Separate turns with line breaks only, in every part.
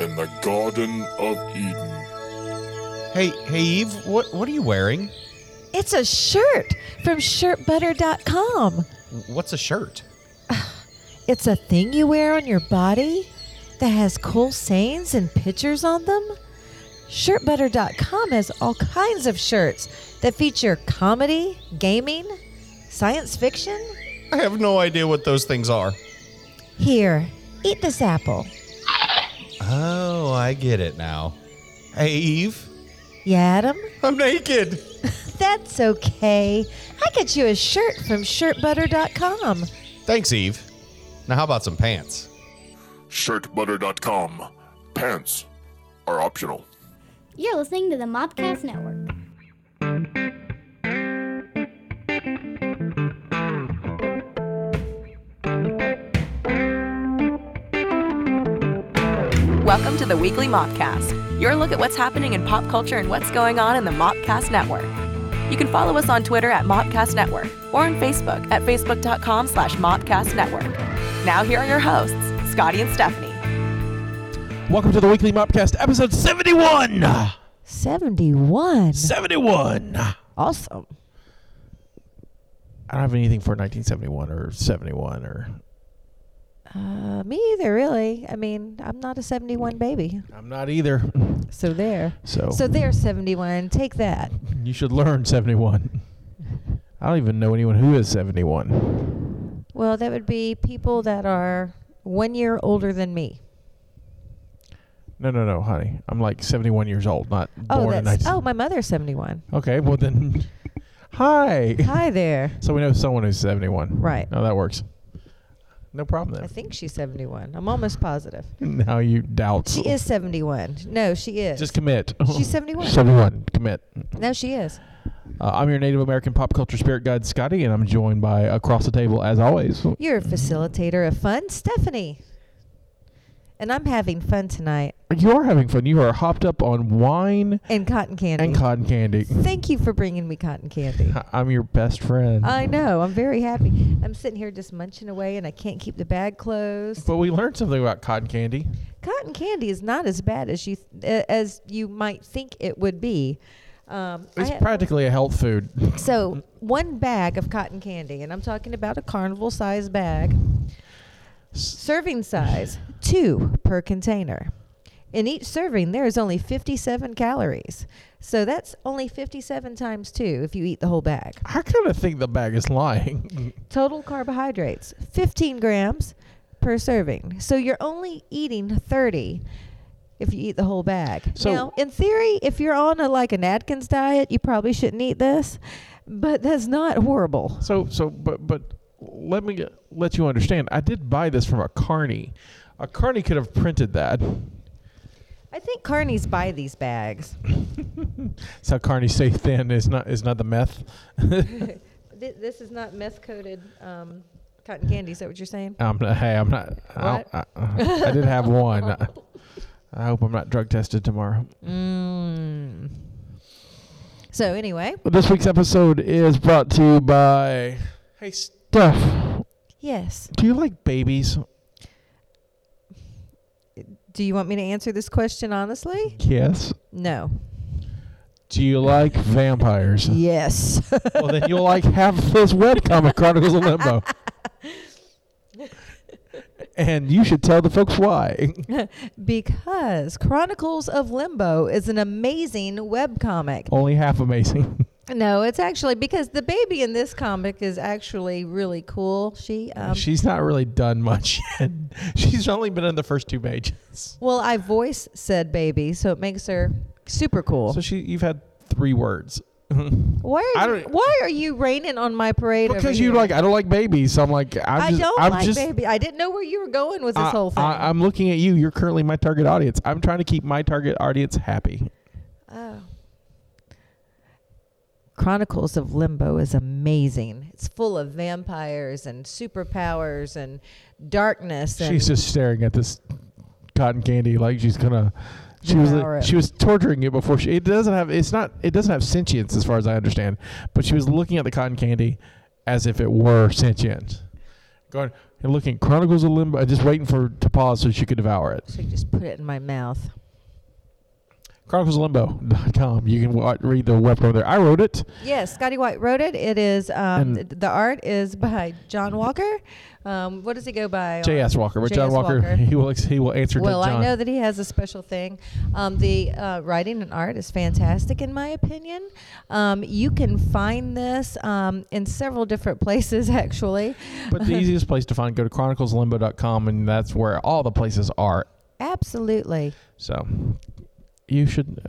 in the Garden of Eden.
Hey, hey, Eve, what what are you wearing?
It's a shirt from shirtbutter.com.
What's a shirt?
It's a thing you wear on your body that has cool sayings and pictures on them. Shirtbutter.com has all kinds of shirts that feature comedy, gaming, science fiction.
I have no idea what those things are.
Here, eat this apple.
Oh, I get it now. Hey, Eve,
Yeah, Adam?
I'm naked.
That's okay. I got you a shirt from shirtbutter.com.
Thanks, Eve. Now, how about some pants?
Shirtbutter.com. Pants are optional.
You're listening to the Mobcast Network.
Welcome to the weekly Mopcast, your look at what's happening in pop culture and what's going on in the Mopcast Network. You can follow us on Twitter at Mopcast Network or on Facebook at facebook.com slash Mopcast Network. Now here are your hosts, Scotty and Stephanie.
Welcome to the weekly Mopcast, episode 71.
71.
71. I
Awesome.
don't have anything for 1971 or 71 or.
Uh, me either, really. I mean, I'm not a 71 baby.
I'm not either.
So there.
So,
So there's 71. Take that.
you should learn 71. I don't even know anyone who is 71.
Well, that would be people that are one year older than me.
No, no, no, honey. I'm like 71 years old, not
Oh,
born in Oh.
that's
19-
oh, my mother's 71.
Okay, well then. Hi.
Hi there.
So we know someone who's 71.
Right.
No, that works. No problem
I
then.
think she's 71. I'm almost positive.
Now you doubt.
She is 71. No, she is.
Just commit.
She's 71.
71. Commit.
no, she is.
Uh, I'm your Native American pop culture spirit guide, Scotty, and I'm joined by across the table, as always.
You're a facilitator of fun, Stephanie. And I'm having fun tonight
You are having fun. You are hopped up on wine
and cotton candy.
and cotton candy.
Thank you for bringing me cotton candy.
I- I'm your best friend.
I know. I'm very happy. I'm sitting here just munching away and I can't keep the bag closed.
But we learned something about cotton candy.
Cotton candy is not as bad as you th- uh, as you might think it would be. Um, I
It's
had-
practically a health food.
so one bag of cotton candy, and I'm talking about a carnival size bag, serving size, two per container. In each serving, there is only 57 calories. So that's only 57 times two if you eat the whole bag.
I kind of think the bag is lying.
Total carbohydrates, 15 grams per serving. So you're only eating 30 if you eat the whole bag.
So-
now, in theory, if you're on a like an Atkins diet, you probably shouldn't eat this, but that's not horrible.
So, so, but, but let me get- let you understand. I did buy this from a carney. A carney could have printed that.
I think carnies buy these bags.
That's how carney stay thin. Is not is not the meth.
Th- this is not meth coated um, cotton candy. Is that what you're saying?
I'm not, hey, I'm not. I,
What?
I, I did have one. I, I hope I'm not drug tested tomorrow.
Mm. So anyway,
This week's episode is brought to you by. Hey, Steph,
yes.
do you like babies?
Do you want me to answer this question honestly?
Yes.
No.
Do you like vampires?
Yes.
well, then you'll like half this webcomic, Chronicles of Limbo. and you should tell the folks why.
because Chronicles of Limbo is an amazing webcomic.
Only half amazing.
No, it's actually because the baby in this comic is actually really cool. She um,
She's not really done much yet. She's only been in the first two pages.
Well, I voice said baby, so it makes her super cool.
So she, you've had three words.
why
I
are you,
don't-
why are you raining on my parade? over
Because you
here?
like, I don't like babies. So I'm like, I'm
I
just,
don't
I'm
like
just,
baby. I didn't know where you were going with this
I,
whole thing.
I, am looking at you. You're currently my target audience. I'm trying to keep my target audience happy.
oh. Chronicles of Limbo is amazing. It's full of vampires and superpowers and darkness. And
She's just staring at this cotton candy like she's gonna. She was
Devour it.
she was torturing it before she. It doesn't have. It's not. It doesn't have sentience as far as I understand. But she was looking at the cotton candy as if it were sentient, going, and looking Chronicles of Limbo, just waiting for to pause so she could devour it.
Should just put it in my mouth.
ChroniclesLimbo.com. You can wa- read the web over there. I wrote it.
Yes, Scotty White wrote it. It is um,
And-
th- the art is by John Walker. Um, what does he go by?
J.S. Walker, but John
J.S.
Walker, he will ex- he will answer
Well,
to John.
I know that he has a special thing. Um, the uh, writing and art is fantastic, in my opinion. Um, you can find this um, in several different places, actually.
but the easiest place to find go to chronicleslimbo.com and that's where all the places are.
Absolutely.
So you should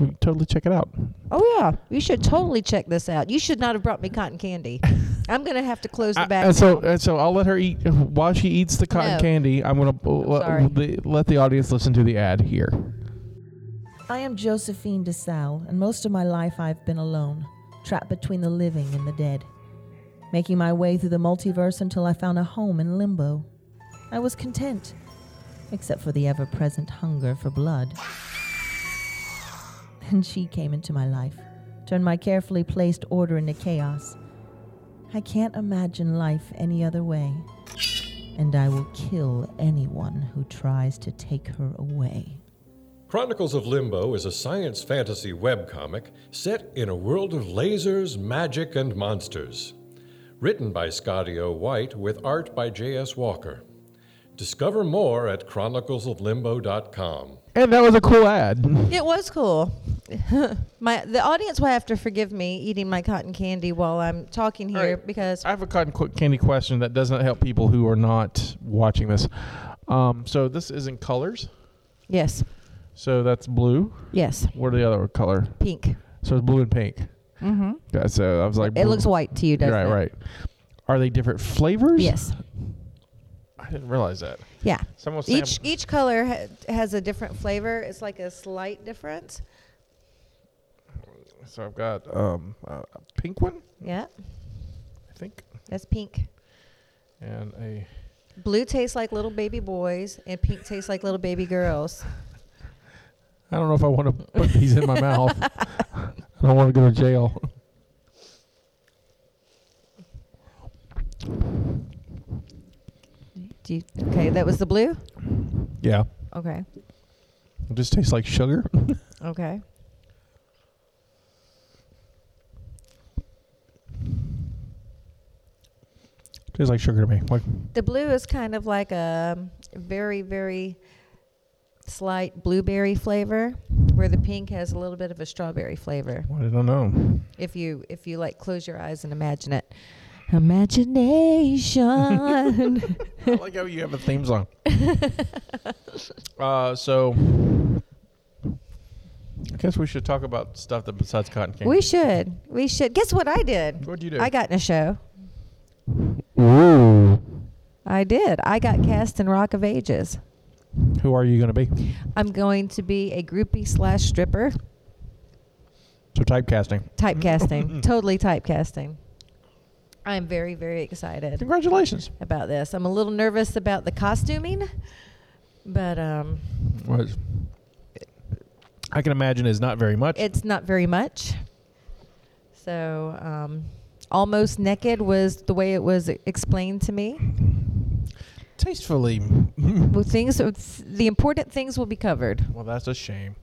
uh, totally check it out.
Oh yeah, you should totally check this out. You should not have brought me cotton candy. I'm gonna have to close the
I-
bag.
and so
now.
and so I'll let her eat while she eats the cotton
No.
candy. I'm gonna uh,
sorry.
let, the, let the audience listen to the ad here.
I am Josephine de Salle, and most of my life I've been alone, trapped between the living and the dead, making my way through the multiverse until I found a home in limbo. I was content, except for the ever present hunger for blood. Then she came into my life, turned my carefully placed order into chaos. I can't imagine life any other way, and I will kill anyone who tries to take her away.
Chronicles of Limbo is a science fantasy webcomic set in a world of lasers, magic, and monsters. Written by Scotty O. White with art by J.S. Walker. Discover more at chroniclesoflimbo.com.
And that was a cool ad.
It was cool. my the audience will have to forgive me eating my cotton candy while I'm talking
All
here
right.
because
I have a cotton qu- candy question that doesn't help people who are not watching this. Um, so this is in colors.
yes,
So that's blue.
yes,
What are the other color?
pink.
So it's blue and pink. Mm-hmm. Yeah, so I was like,
It
blue-
looks white to you, doesn't
right,
it?
right. Are they different flavors?
Yes.
I didn't realize that.
Yeah.
Someone sam-
Each each color ha- has a different flavor. It's like a slight difference.
So I've got um, a a pink one,
Yeah,
I think,
that's pink.
and a
Blue tastes like little baby boys, and pink tastes like little baby girls.
I don't know if I want to put these in my mouth. I don't want to go to jail.
Do you, okay, that was the blue.
Yeah,
Okay,
it just tastes like sugar.
okay.
tastes like sugar to me. Like
The blue is kind of like a um, very, very slight blueberry flavor, where the pink has a little bit of a strawberry flavor.
I don't know.
If you if you like close your eyes and imagine it, imagination.
I like how you have a theme song. uh, so I guess we should talk about stuff that besides cotton candy.
we should we should. Guess what I did?
What'd you do?
I got in a show.
Ooh.
I did. I got cast in Rock of Ages.
Who are you going to be?
I'm going to be a groupie slash stripper.
So typecasting.
Typecasting. totally typecasting. I'm very, very excited.
Congratulations.
about this. I'm a little nervous about the costuming, but um,
Was I can imagine is not very much.
it's not very much. So, um, almost naked was the way it was explained to me.
Tastefully.
Well, things, the important things will be covered.
well, that's a shame.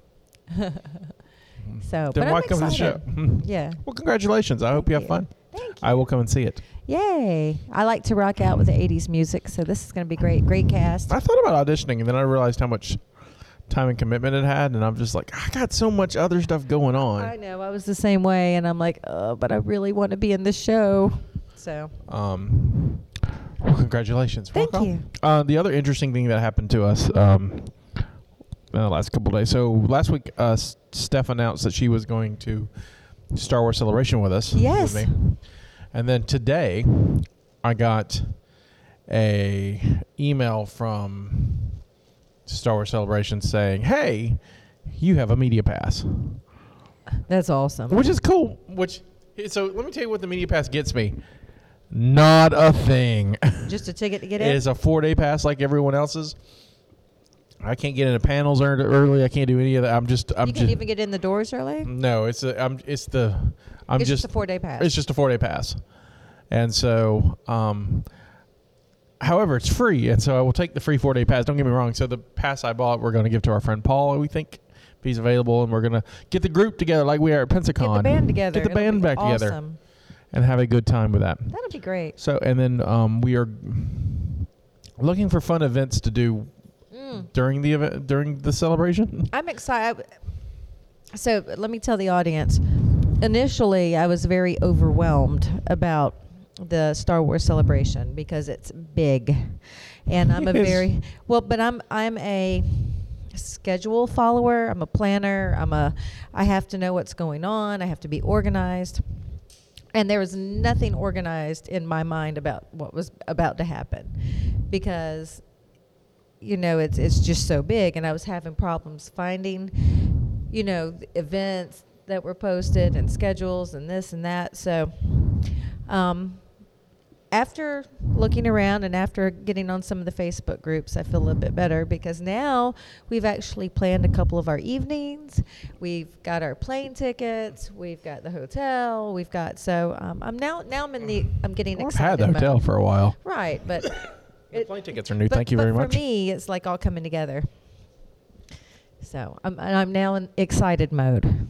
So, but
Then
I'm
why come to the show?
excited. Yeah.
Well, congratulations. I hope you have
you.
fun.
Thank
I will come and see it.
Yay! I like to rock out with the '80s music, so this is going to be great. Great cast.
I thought about auditioning, and then I realized how much time and commitment it had, and I'm just like, I got so much other stuff going on.
I know I was the same way, and I'm like, oh, but I really want to be in this show. So,
Um, well, congratulations.
Thank
Welcome.
you.
Uh, the other interesting thing that happened to us um, in the last couple days. So last week, uh, S- Steph announced that she was going to Star Wars Celebration with us. with
Yes.
me. And then today, I got a email from Star Wars Celebration saying, "Hey, you have a media pass."
that's awesome.
which is cool. Which so let me tell you what the media pass gets me. Not a thing.
Just a ticket to get in.
It is a four day pass like everyone else's. I can't get into panels ear- early. I can't do any of that. I'm just. I'm
you
just.
can't even get in the doors early.
no, it's a, I'm. It's the. I'm
It's
just.
just a four-day pass.
It's just a four day pass, and so um, However, it's free, and so I will take the free four day pass. Don't get me wrong. So the pass I bought, we're going to give to our friend Paul. We think if he's available, and we're going to get the group together like we are at Pensacon.
Get the band together.
Get the
It'll be
band back together
awesome.
and have a good time with that.
That'll be great.
So, and then um, we are looking for fun events to do during the event during the celebration.
Mm. I'm excited. So let me tell the audience. Initially, I was very overwhelmed about the Star Wars celebration because it's big, and I'm a
Yes.
very well. But I'm I'm a schedule follower. I'm a planner. I'm a I have to know what's going on. I have to be organized. and there was nothing organized in my mind about what was about to happen because you know it's it's just so big and i was having problems finding you know the events that were posted and schedules and this and that so um after looking around and after getting on some of the Facebook groups, I feel a little bit better because now we've actually planned a couple of our evenings. We've got our plane tickets. We've got the hotel. We've got so um, I'm now now I'm in the I'm getting
I've
excited.
had the hotel
about-
for a while.
right? But
The
it-
plane tickets are new.
but-
Thank you
but
very much.
For me, it's like all coming together. So I'm and I'm now in excited mode.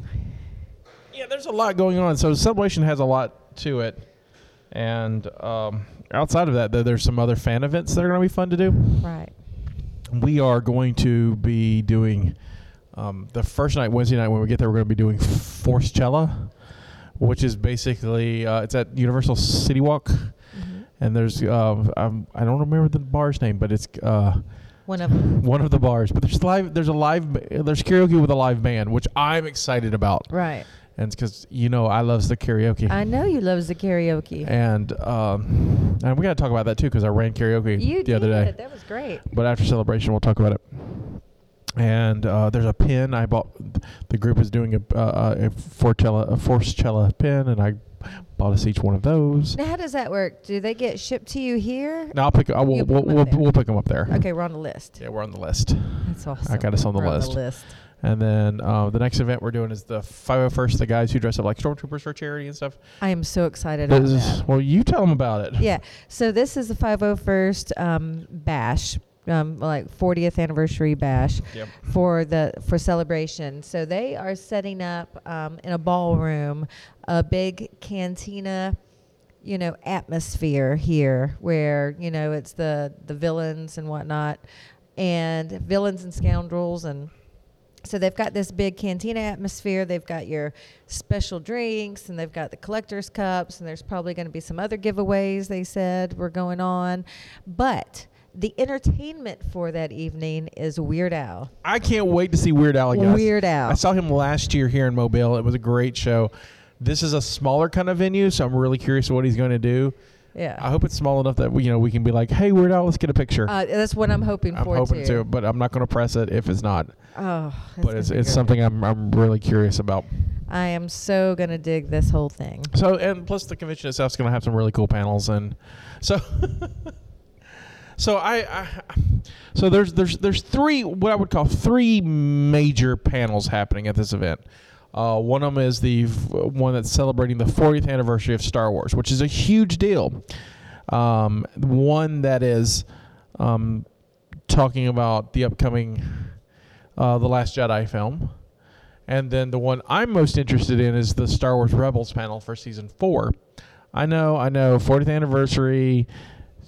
Yeah, there's a lot going on. So Celebration has a lot to it, and um, outside of that, though, there's some other fan events that are going to be fun to do.
Right.
We are going to be doing um, the first night, Wednesday night when we get there. We're going to be doing Forcella, which is basically uh, it's at Universal City Walk,
Mm-hmm.
and there's uh, I'm, I don't remember the bar's name, but it's. Uh,
One of 'em.
one of the bars, but there's live. There's a live. ba- There's karaoke with a live band, which I'm excited about.
Right.
and it's because you know I loves the karaoke.
I know you love the karaoke.
and um, and we got to talk about that too because I ran karaoke
you
the
did
other day.
it. That was great.
But after celebration, we'll talk about it. And uh, there's a pin I bought. The group is doing a uh, a Forcella a Forcella pin, and I bought us each one of those.
Now, how does that work? Do they get shipped to you here?
Now I'll pick. I
You
will,
pick 'em
we'll,
up
we'll,
there.
we'll pick them up there.
Okay, we're on the list.
Yeah, we're on the list.
That's awesome.
got us on the
We're
list. And then uh, the next event we're doing is the 501st, the guys who dress up like stormtroopers for charity and stuff.
I am so excited about
This is-
that.
well, you tell them about it.
Yeah. So this is the 501st um, bash, um, like 40th anniversary bash
Yep.
for the for celebration. So they are setting up um, in a ballroom a big cantina. You know, atmosphere here where you know it's the the villains and whatnot, and villains and scoundrels and so they've got this big cantina atmosphere. They've got your special drinks, and they've got the collectors' cups, and there's probably going to be some other giveaways. They said were going on, but the entertainment for that evening is Weird Al.
I can't wait to see Weird Al again.
Weird Al.
I saw him last year here in Mobile. It was a great show. This is a smaller kind of venue, so I'm really curious what he's going to do.
Yeah,
I hope it's small enough that we, you know we can be like, "Hey, Weird Al, let's get a picture."
uh, that's what I'm hoping
I'm
for
hoping
too.
to, but I'm not going to press it if it's not.
Oh, that's
but it's
gonna be
it's
great.
something I'm I'm really curious about.
I am so gonna dig this whole thing.
So and plus the convention itself is going to have some really cool panels and so so I, I so there's there's there's three what I would call three major panels happening at this event. Uh, one of them is the f- one that's celebrating the 40th anniversary of Star Wars, which is a huge deal. Um, one that is um, talking about the upcoming uh, The Last Jedi film. And then the one I'm most interested in is the Star Wars Rebels panel for season four. I know, I know, 40th anniversary,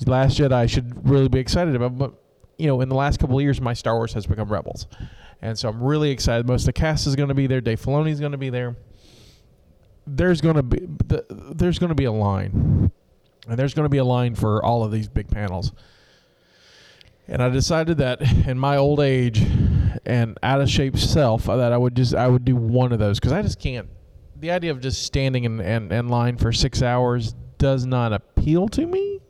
Last Jedi should really be excited about, but you know, in the last couple of years, my Star Wars has become Rebels, and so I'm really excited. Most of the cast is going to be there. Dave Filoni is going to be there. There's going to be the, there's going to be a line, and there's going to be a line for all of these big panels. And I decided that in my old age and out of shape self uh, that I would just I would do one of those because I just can't. The idea of just standing in, in, in line for six hours does not appeal to me,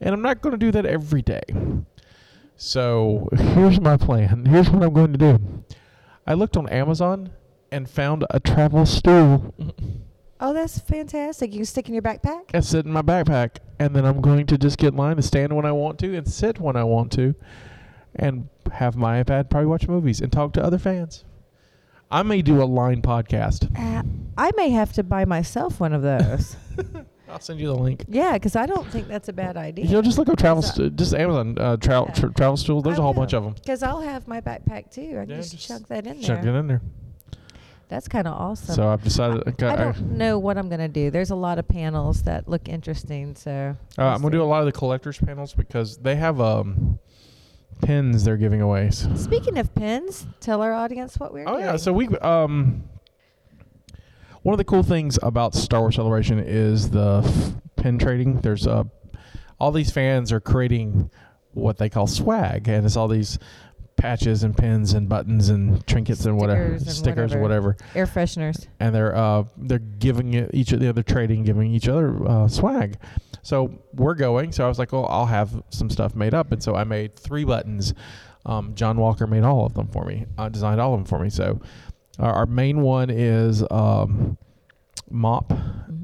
and I'm not going to do that every day. So here's my plan. Here's what I'm going to do. I looked on Amazon and found a travel stool.
Oh, that's fantastic! You can stick in your backpack.
I sit in my backpack, and then I'm going to just get in line to stand when I want to and sit when I want to, and have my iPad probably watch movies and talk to other fans. I may do a line podcast.
Uh, I may have to buy myself one of those.
I'll send you the link.
Yeah, because I don't think that's a bad idea.
You know, just look up travel,
So-
st- just Amazon uh, tra-
Yeah.
tra- travel stools. There's a whole bunch of them.
Because I'll have my backpack too. I can
Yeah,
just,
just
chuck that in
Check it
there.
in there. Uh,
That's kind of awesome.
So I've decided. I,
I don't know what I'm gonna do. There's a lot of panels that look interesting. So
Uh, I'm gonna do a lot of the collectors panels because they have um pins they're giving away. So.
Speaking of pins, tell our audience what we're
Oh
doing.
yeah, so we um one of the cool things about Star Wars Celebration is the f- pin trading. There's uh all these fans are creating what they call swag, and it's all these patches and pins and buttons and trinkets and whatever
Stickers and
stickers or
whatever.
whatever.
air fresheners.
and they're uh, they're giving it each of the other trading, giving each other uh, swag. So we're going. So I was like, well, I'll have some stuff made up, and so I made three buttons. Um, John Walker made all of them for me. Uh, designed all of them for me. So our, our main one is um, Mop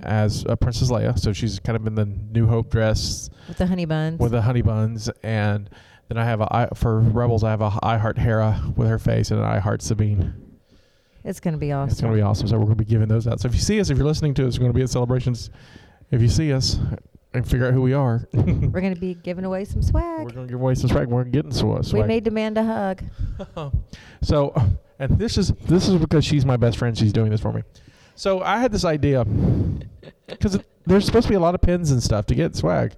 as uh, Princess Leia. So she's kind of in the New Hope dress
With the honey buns.
with the honey buns and. Then I have a I, for rebels. I have a I heart Hera with her face and an I heart Sabine.
it's gonna be awesome.
It's going to be awesome. So we're going to be giving those out. So if you see us, if you're listening to us, we're going to be at celebrations. If you see us and figure out who we are, we're
We're gonna be giving away some swag.
going to give away some swag. We're getting swa-
we
swag.
may demand a hug.
so, and this is this is because she's my best friend. She's doing this for me. So I had this idea because there's supposed to be a lot of pins and stuff to get swag,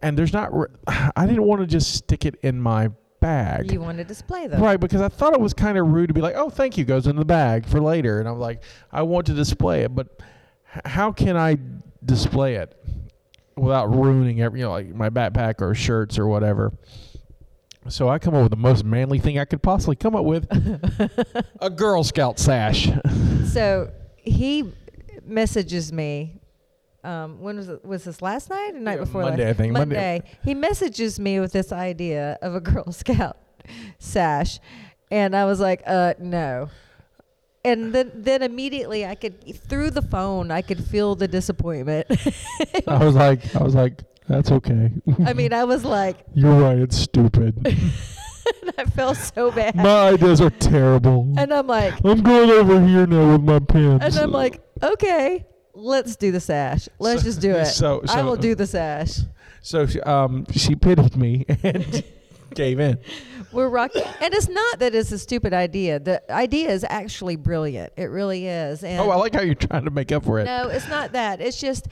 and there's not. Re- I didn't want to just stick it in my bag.
You want to display them.
Right, because I thought it was kind of rude to be like, "Oh, thank you," goes in the bag for later, and I'm like, I want to display it, but h- how can I display it without ruining every, you know, like my backpack or shirts or whatever? So I come up with the most manly thing I could possibly come up with: a Girl Scout sash.
So he messages me. Um, when was it, was this last night or night
Yeah,
before
Monday,
last?
I think. Monday.
Monday. He messages me with this idea of a Girl Scout sash, and I was like, uh, no. And then, then immediately I could through the phone I could feel the disappointment.
I was like, I was like, that's okay.
I mean, I was like,
You're right. It's stupid.
and I felt so bad.
my ideas are terrible.
and I'm like,
I'm going over here now with my pins.
and I'm like, okay, let's do the sash. Let's
So-
just do it.
so-
I
so-
will do the sash.
So she, um, she pitied me and gave in.
We're rocking, and it's not that it's a stupid idea. The idea is actually brilliant. It really is. And
Oh, I like how you're trying to make up for it.
no, it's not that. It's just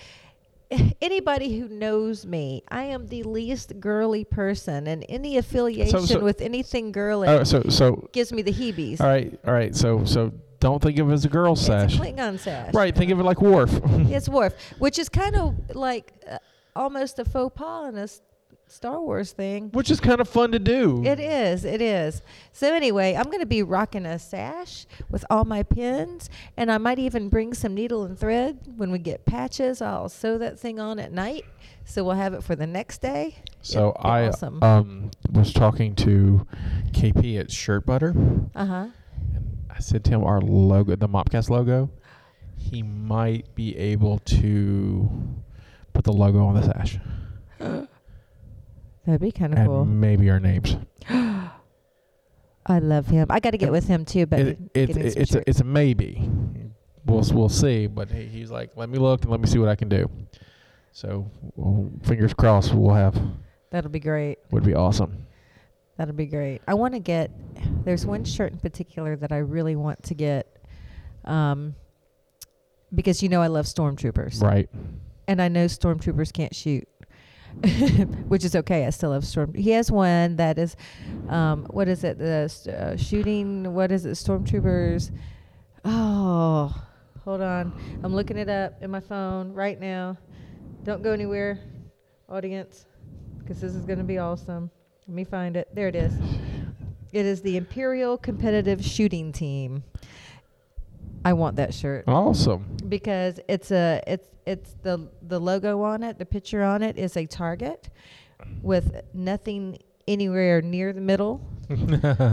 anybody who knows me, I am the least girly person, and any affiliation with anything girly
Oh, so so
gives me the heebies.
all right, all right. So so don't think of it as a girl
It's
sash.
a Klingon sash.
Right, think of it like Worf.
It's Worf, which is kind of like uh, almost a faux pas in a s- Star Wars thing.
Which is kind of fun to do.
It is. It is. So anyway, I'm going to be rocking a sash with all my pins, and I might even bring some needle and thread when we get patches. I'll sew that thing on at night, so we'll have it for the next day.
So
It'd be
I
awesome.
um was talking to KP at Shirt Butter.
uh huh.
I sent him our logo, the Mopcast logo. He might be able to put the logo on the sash
That'd be kind of
and
cool.
maybe our names.
I love him. I got to get with him too, but
it, it,
getting
it,
some
it's a,
shirts.
it's a maybe. We'll s- we'll see. But he, he's like, let me look and let me see what I can do. So w- fingers crossed, we'll have.
that'll be great.
Would be awesome.
That'll be great. I want to get. There's one shirt in particular that I really want to get, um, because you know I love stormtroopers,
Right.
and I know stormtroopers can't shoot, which is okay. I still love storm. He has one that is, um, what is it? The s- uh, shooting. What is it? Stormtroopers. Oh, hold on. I'm looking it up in my phone right now. Don't go anywhere, audience, because this is going to be awesome. Let me find it. There it is. It is the Imperial Competitive Shooting Team. I want that shirt
Awesome.
because it's a it's it's the the logo on it, the picture on it is a target with nothing anywhere near the middle and a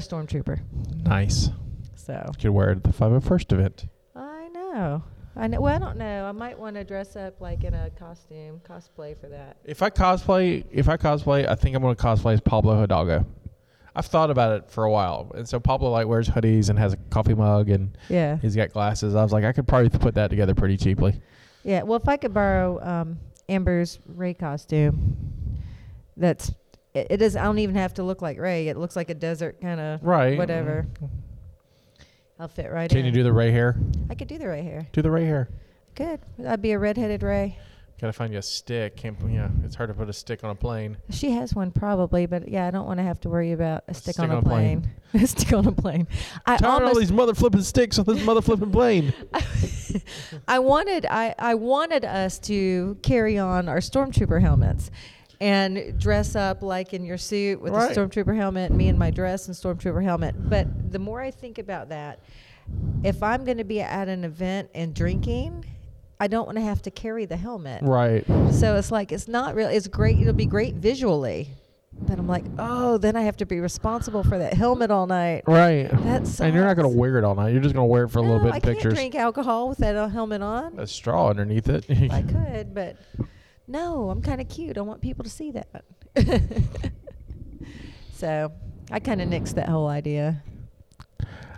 stormtrooper.
Nice.
So
Could wear it at the 501st event.
I know. I know. Well, I don't know. I might want to dress up like in a costume, cosplay for that.
If I cosplay, if I cosplay, I think I'm gonna cosplay as Pablo Hidalgo. I've thought about it for a while, and so Pablo like wears hoodies and has a coffee mug and
Yeah.
he's got glasses. I was like, I could probably put that together pretty cheaply.
Yeah. Well, if I could borrow um, Amber's Ray costume, that's it, it is. I don't even have to look like Ray. It looks like a desert kind of
Right. Mm-hmm.
Whatever. I'll fit right in.
Can you do the ray hair?
I could do the Ray hair.
Do the ray hair.
Good. I'd be a redheaded Ray.
Gotta find you a stick. Can't, yeah, it's hard to put a stick on a plane.
She has one probably, but yeah, I don't want to have to worry about a stick, on, a plane. a stick on a plane. I
Tired of all
almost,
these mother flipping sticks on this mother flipping plane.
I wanted, I, I wanted us to carry on our stormtrooper helmets and dress up like in your suit with
Right.
a stormtrooper helmet, me in my dress and stormtrooper helmet. But the more I think about that, if I'm going to be at an event and drinking, I don't want to have to carry the helmet.
Right.
So it's like it's not real. It's great. It'll be great visually, but I'm like, oh, then I have to be responsible for that helmet all night.
Right.
That
And you're not gonna
sucks.
wear it all night. You're just gonna wear it for a little
no,
bit
I
in pictures.
can't drink alcohol with that uh, helmet on.
A straw underneath it.
I could, but no, I'm kind of cute. I want people to see that. so I kind of nixed that whole idea.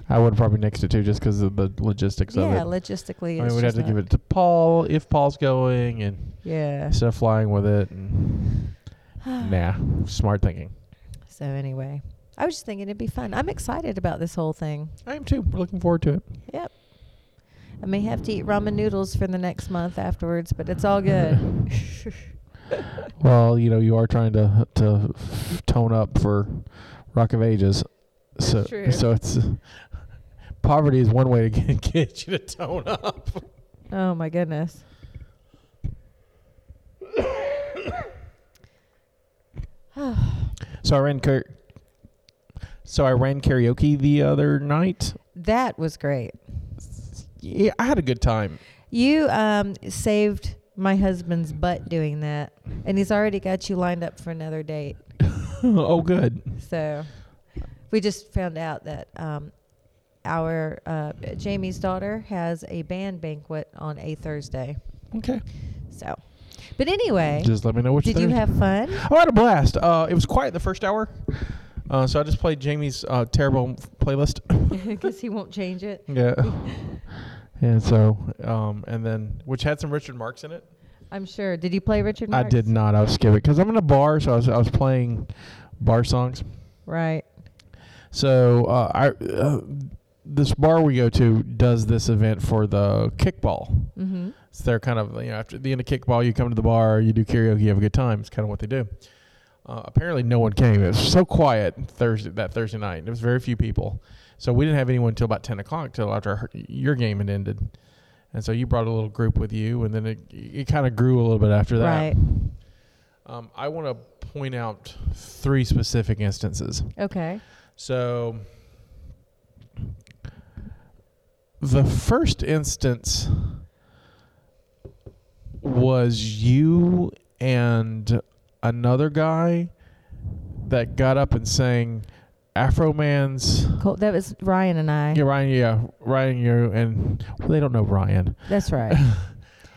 I would probably next to two just because of the logistics of it.
yeah, logistically,
I
it's
mean, we'd have
just
to give
not-
it to Paul if Paul's going and
Yeah.
stuff flying with it. And nah, smart thinking.
So anyway, I was just thinking it'd be fun. I'm excited about this whole thing.
I am too. We're looking forward to it.
Yep. I may have to eat ramen noodles for the next month afterwards, but it's all good.
Well, you know, you are trying to to tone up for Rock of Ages, so
true.
so it's poverty is one way to get, get you to tone up.
oh my goodness.
So I ran kar- so I ran karaoke the other night.
That was great.
Yeah, I had a good time.
You um, saved my husband's butt doing that, and he's already got you lined up for another date.
oh, good.
So we just found out that um, our uh, Jamie's daughter has a band banquet on a Thursday.
Okay.
So, but anyway,
Just let me know what
did you
you think.
have fun?
Oh, I had a blast. Uh, it was quiet the first hour, uh, so I just played Jamie's uh, terrible playlist.
Because he won't change it.
yeah. And so, um, and then which had some Richard Marks in it.
I'm sure. Did you play Richard? Marx?
I did not. I was skipping because I'm in a bar, so I was I was playing bar songs.
Right.
So uh, I uh, this bar we go to does this event for the kickball.
Mm-hmm.
So they're kind of you know after the end of kickball, you come to the bar, you do karaoke, you have a good time. It's kind of what they do. Uh, apparently, no one came. It was so quiet Thursday that Thursday night. There was very few people, so we didn't have anyone until about ten o'clock till after her- your game had ended. And so you brought a little group with you, and then it it kind of grew a little bit after that.
Right.
Um, I want to point out three specific instances.
Okay.
So the first instance was you and another guy that got up and sang Afro Man's
Cool. That was Ryan and I.
yeah, Ryan, yeah, Ryan, you and well, they don't know Ryan.
That's right.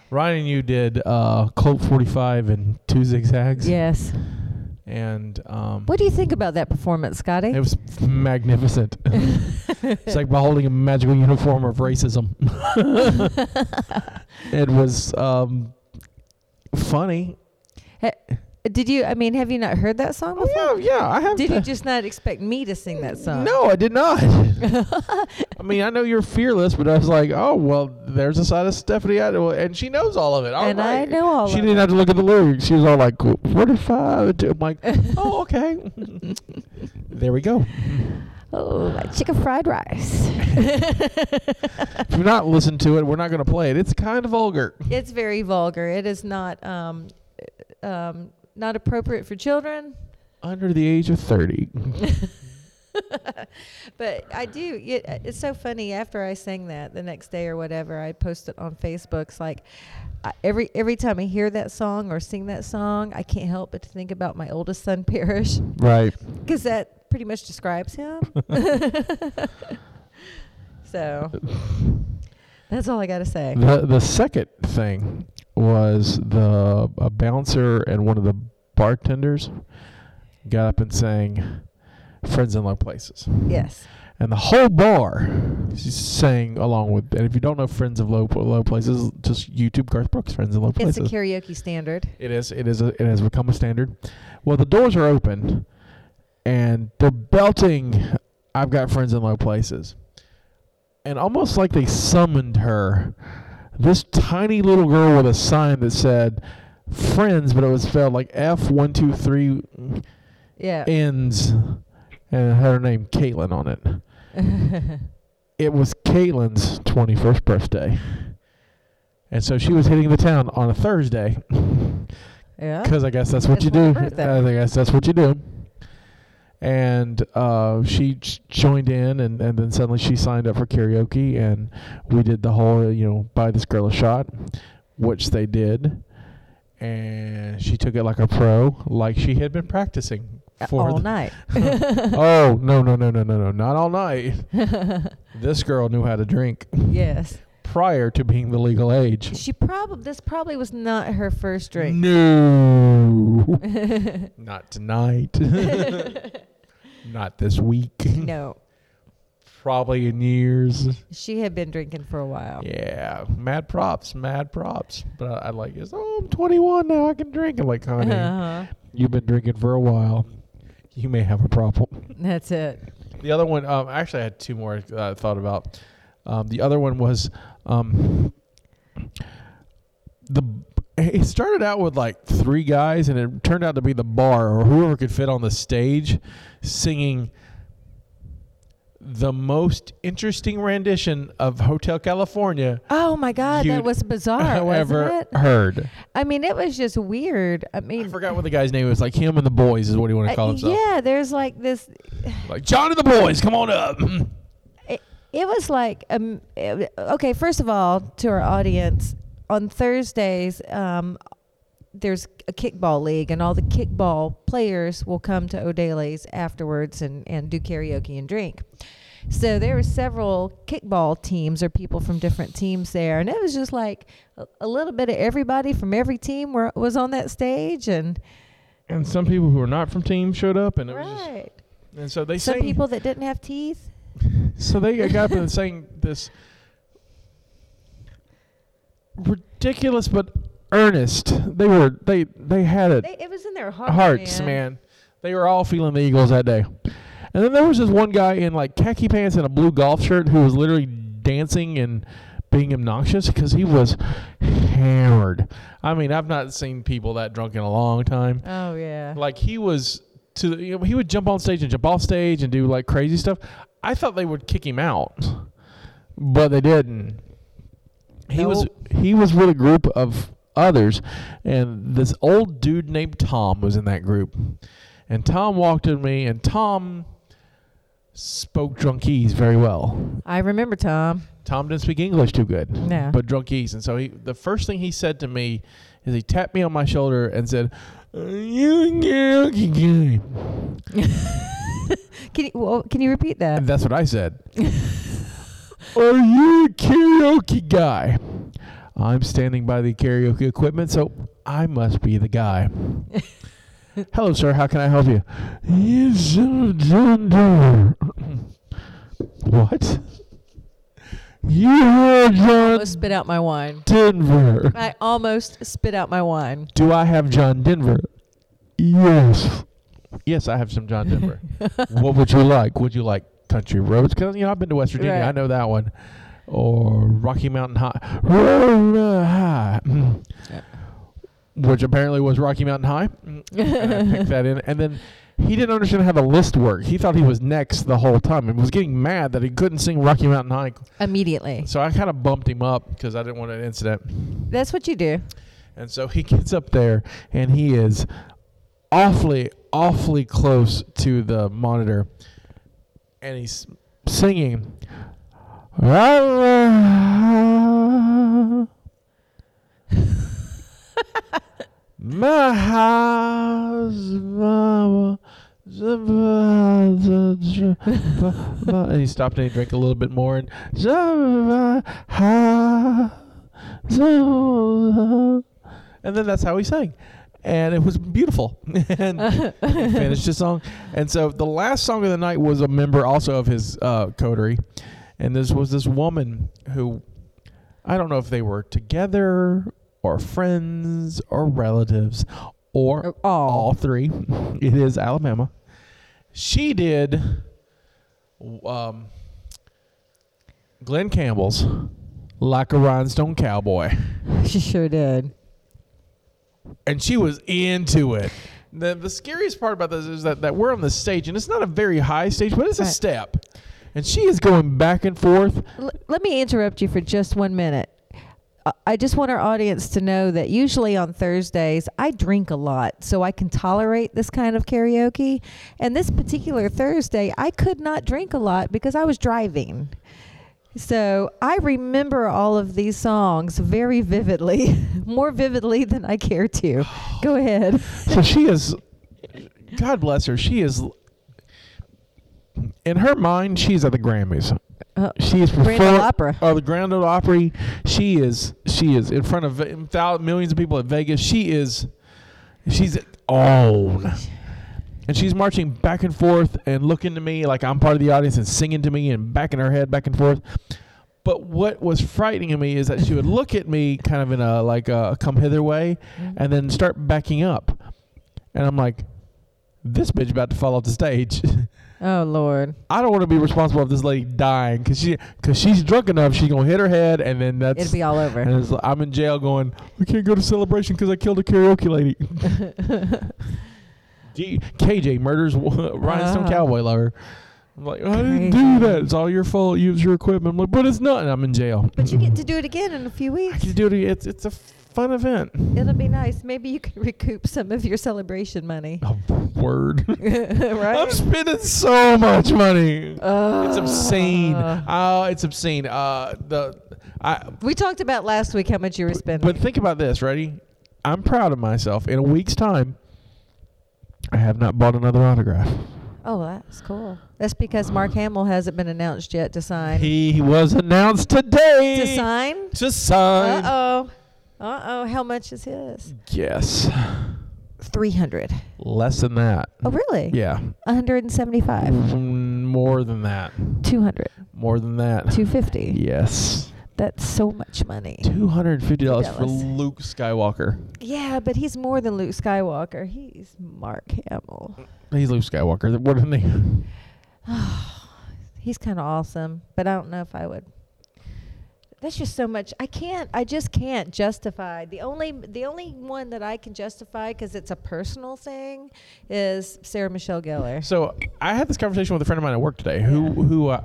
Ryan, and you did uh, Colt 45 and two zigzags,
yes.
and um,
What do you think about that performance, Scotty?
It was magnificent. it's like beholding a magical uniform of racism. it was um, funny.
Did you? I mean, have you not heard that song before?
Oh, yeah, I have.
Did you just not expect me to sing that song?
No, I did not. I mean, I know you're fearless, but I was like, oh well, there's a side of Stephanie, I know, and she knows all of it. All
And I
right.
know all
She
of
didn't
it.
have to look at the lyrics. She was all like, forty-five. and two." I'm like, oh okay. there we go.
Oh, like chicken fried rice.
If you've not listened to it, we're not going to play it. It's kind of vulgar.
it's very vulgar. It is not um, um, not appropriate for children.
under the age of 30.
But I do. It, it's so funny. After I sang that the next day or whatever, I post it on Facebook. It's like I, every every time I hear that song or sing that song, I can't help but to think about my oldest son, Parrish,
Right.
because that pretty much describes him. so that's all I got to say.
The the second thing was the a bouncer and one of the bartenders got up and sang Friends in Low Places.
Yes.
and the whole bar sang along with. And if you don't know Friends of Low Low Places, just YouTube Garth Brooks Friends of Low
It's
Places.
a karaoke standard.
It is. It is. A, it has become a standard. Well, the doors are open, and they're belting. I've got friends in low places, and almost like they summoned her. This tiny little girl with a sign that said "friends," but it was spelled like F one two three
Yeah.
ends, and it had her name Caitlin on it. it was Caitlin's twenty first birthday, and so she was hitting the town on a Thursday.
yeah.
Because I guess that's what
Oh. That's
you
my
do.
birthday.
I think that's- that's what you do. And uh, she j- joined in, and, and then suddenly she signed up for karaoke, and we did the whole, you know, buy this girl a shot, which they did. And she took it like a pro, like she had been practicing for
Uh, All
the-
night.
Oh, no, no, no, no, no, no, not all night. this girl knew how to drink
yes.
prior to being the legal age.
She probably this probably was not her first drink.
No. Not tonight. Not this week.
no.
Probably in years.
She had been drinking for a while.
Yeah. Mad props. Mad props. But I, I like it's oh I'm twenty one now, I can drink. I'm like, honey,
Uh-huh.
you've been drinking for a while. You may have a problem.
That's it.
The other one, um, actually I had two more that I thought about. Um, the other one was um, the it started out with like three guys and it turned out to be the bar or whoever could fit on the stage singing the most interesting rendition of Hotel California
Oh my God, that
You'd
was bizarre,
I
wasn't
ever
it?
heard.
I mean, it was just weird. I mean,
I forgot what the guy's name was. Like him and the boys is what he wanted
uh,
to call himself.
yeah, there's like this.
Like John and the boys, come on up.
It, it was like um, it- okay. First of all, to our audience, on Thursdays, um, there's a kickball league, and all the kickball players will come to O'Daly's afterwards and, and do karaoke and drink. So there were several kickball teams or people from different teams there, and it was just like a, a little bit of everybody from every team were, was on that stage, and
And some people who are not from team showed up and it was just
right,
And so they
some
sang.
people that didn't have teeth.
so they got up and sang this ridiculous but earnest. They were they they had it
They, it was in their heart,
hearts, man. They were all feeling the Eagles that day. And then there was this one guy in like khaki pants and a blue golf shirt who was literally dancing and being obnoxious because he was hammered. I mean, I've not seen people that drunk in a long time.
Oh yeah.
Like he was to the, you know, he would jump on stage and jump off stage and do like crazy stuff. I thought they would kick him out, but they didn't. He was he was with a group of others, and this old dude named Tom was in that group. And Tom walked to me, and Tom spoke drunkies very well.
I remember Tom.
Tom didn't speak English too good.
No.
But drunkies. And so he, the first thing he said to me is he tapped me on my shoulder and said, "Are You a karaoke guy?"
Can you well, can you repeat that?
And that's what I said. Are you a karaoke guy? I'm standing by the karaoke equipment, so I must be the guy. Hello, sir. How can I help you? Yes, uh, John Doe. what? You are John
almost spit out my wine.
Denver.
I almost spit out my wine.
Do I have John Denver? Yes. Yes, I have some John Denver. what would you like? Would you like country roads? Because you know I've been to West Virginia.
Right.
I know that one. Or Rocky Mountain High. Rocky Mountain High. Mm. Which apparently was Rocky Mountain High. Mm. And I picked that in. And then he didn't understand how the list worked. He thought he was next the whole time and was getting mad that he couldn't sing Rocky Mountain High.
Immediately.
So I kind of bumped him up because I didn't want an incident.
That's what you do.
And so he gets up there and he is awfully, awfully close to the monitor and he's singing. My house, mama. and he stopped and he drank a little bit more and and then that's how he sang. and it was beautiful. and it finished the song. And so the last song of the night was a member also of his uh, coterie, and this was this woman who I don't know if they were together or friends or relatives or
Or all.
all three. It is Alabama. She did um, Glenn Campbell's Like a Rhinestone Cowboy.
she sure did.
And she was into it. The, the scariest part about this is that, that we're on the stage, and it's not a very high stage, but it's a
Right.
step. And she is going back and forth.
L- let me interrupt you for just one minute. I- I just want our audience to know that usually on Thursdays, I drink a lot, so I can tolerate this kind of karaoke. And this particular Thursday, I could not drink a lot because I was driving. So I remember all of these songs very vividly, more vividly than I care to. Go ahead.
so she is god bless her she is in her mind she's at the grammys
Uh,
she is
Grand
perform-
Ole Opry.
Oh, the Grand Ole Opry. She is. She is in front of ve- thou- millions of people at Vegas. She is. She's on, and she's marching back and forth and looking to me like I'm part of the audience and singing to me and backing her head back and forth. But what was frightening to me is that she would look at me kind of in a like a come hither way,
Mm-hmm.
and then start backing up, and I'm like, this bitch about to fall off the stage.
Oh, Lord.
I don't want to be responsible if this lady dying because she because she's drunk enough. She's gonna hit her head, and then that's
It'll be all
and
over.
it's like, I'm in jail going. We can't go to celebration because I killed a karaoke lady. D- KJ murders wa- rhinestone
Ah.
cowboy lover. I'm like, I didn't do that. It's all your fault. You was your equipment. I'm like, but it's not. And I'm in jail.
But you get to do it again in a few
I
weeks.
can do it. e-, It's it's a fun event.
It'll be nice. Maybe you can recoup some of your celebration money.
A word. Oh. I'm
right?
spending so much money. it's obscene.
Ugh.
Oh, it's obscene. Uh, the I
Ah. we talked about last week how much you were spending.
But think about this, ready? I'm proud of myself. In a week's time, I have not bought another autograph.
oh, that's cool. That's because Mark Hamill hasn't been announced yet to sign.
He was announced today.
to sign?
To sign.
Uh oh. Uh oh. How much is his?
Yes.
300.
Less than that.
Oh, really?
Yeah.
175.
Mm, More than that.
200.
More than that.
250.
Yes.
That's so much money.
Two hundred and fifty dollars for
Dallas.
Luke Skywalker.
Yeah, but he's more than Luke Skywalker. He's Mark Hamill.
He's Luke Skywalker. What a name.
He's kind of awesome, but I don't know if I would. That's just so much. I can't. I just can't justify. The only the only one that I can justify because it's a personal thing is Sarah Michelle Gellar.
So I had this conversation with a friend of mine at work today, who who, uh,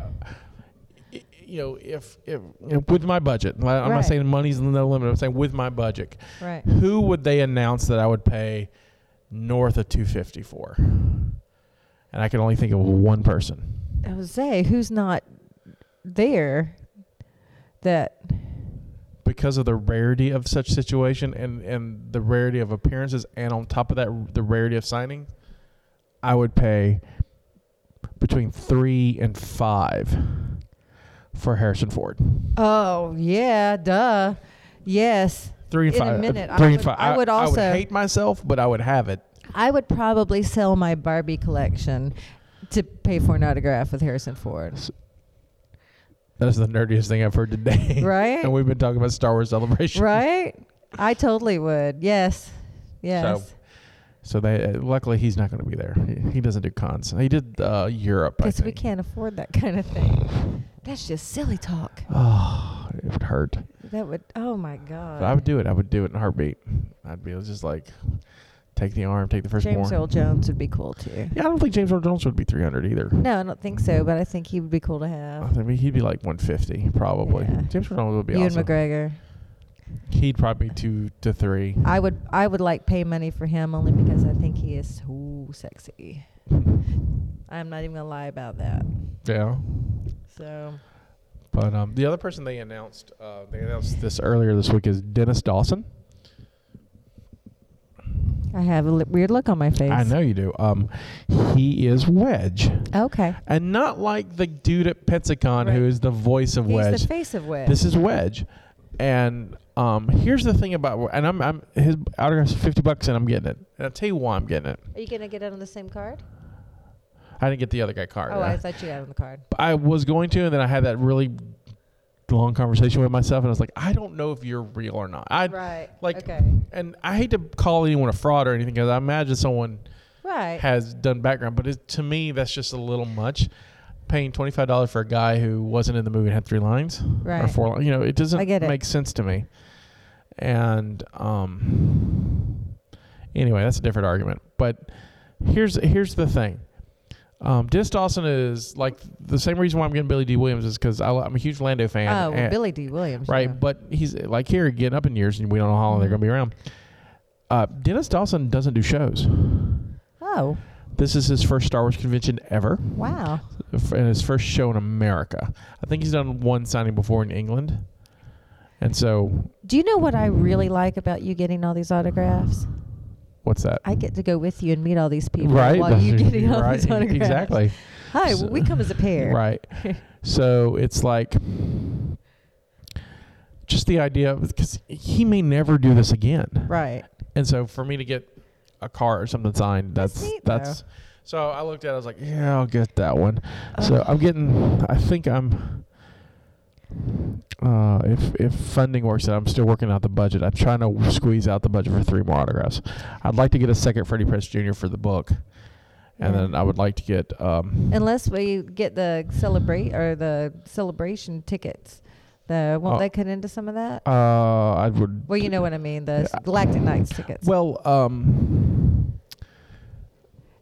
y- you know, if if if with my budget, I- I'm not
Right.
saying money's no limit. I'm saying with my budget,
Right.
who would they announce that I would pay north of 250 for? And I can only think of one person.
I would say who's not there. That
Because of the rarity of such situation and, and the rarity of appearances, and on top of that, r- the rarity of signing, I would pay between three and five for Harrison Ford.
oh yeah, duh, yes.
Three and
In a
five.
minute, I
three and
would-
five.
I would
I
also-
would hate myself, but I would have it.
I would probably sell my Barbie collection to pay for an autograph with Harrison Ford.
That's the nerdiest thing I've heard today.
Right?
and we've been talking about Star Wars Celebration.
right? I totally would. Yes. Yes.
So they uh, luckily he's not going to be there. He, he doesn't do cons. He did uh, Europe. I
Because we
think.
can't afford that kind of thing. That's just silly talk.
Oh, it would hurt.
That would, oh my
But I
God.
would do it. I would do it in a heartbeat. I'd be just like, take the arm, take the first
James Earl Jones would be cool too.
Yeah, I don't think James Earl Jones would be 300 either.
No, I don't think so, but I think he would be cool to
I
have.
mean, he'd be like 150 probably.
Yeah.
James Earl Jones would be
Ewan
awesome.
McGregor.
He'd probably be two to three.
I would, I would like pay money for him only because I think he is so sexy. I'm not even gonna lie about that.
yeah.
So,
But um, the other person they announced, uh, they announced this earlier this week is Dennis Dawson.
I have a li- weird look on my face.
I know you do. Um, he is Wedge,
Okay.
and not like the dude at Pensacon
Oh. Right.
who is the voice of
He's
Wedge.
the face of Wedge.
This is Wedge, And um, here's the thing about and I'm, I'm his autograph's fifty bucks and I'm getting it. And I'll tell you why I'm getting it.
Are you gonna get it on the same card?
I didn't get the other guy card.
Oh,
I-
I thought you got it on the card.
I was going to, and then I had that really long conversation with myself, and I was like, I don't know if you're real or not. I,
Right.
Like,
Okay.
and I hate to call anyone a fraud or anything because I imagine someone
Right.
has done background, but it, to me, that's just a little much. Paying twenty five dollars for a guy who wasn't in the movie and had three lines or
Right.
four lines, you know, it doesn't
I get it.
make sense to me. And um, anyway, that's a different argument. But here's here's the thing. Um, Dennis Dawson is like the same reason why I'm getting Billy D. Williams is because I'm a huge Lando fan.
oh, well,
and-
Billy D. Williams.
Right,
yeah. Mm-hmm.
but he's like here getting up in years, and we don't know how long they're going to be around. Uh, Dennis Dawson doesn't do shows.
oh,
This is his first Star Wars convention ever,
wow.
f- and his first show in America. I think he's done one signing before in England, and so
Do you know what I really like about you getting all these autographs?
what's that?
I get to go with you and meet all these people
right,
while you
that's-
getting all these
right,
autographs.
exactly.
Hi,
So-
we come as a pair.
Right. so it's like just the idea because he may never do this again.
Right.
And so for me to get a car or something signed, that's that's.
neat, though.
so I looked at it, I was like, yeah, I'll get that one. so I'm getting, I think I'm, uh, if if funding works out, I'm still working out the budget. I'm trying to squeeze out the budget for three more autographs. I'd like to get a second Freddie Prinze Jr. for the book, and
Yeah.
then I would like to get um,
Unless we get the celebrate or the celebration tickets. The won't
Oh.
they cut into some of that?
Uh, I would.
well, you know what I mean. The
Yeah.
Galactic Knights tickets.
Well, um,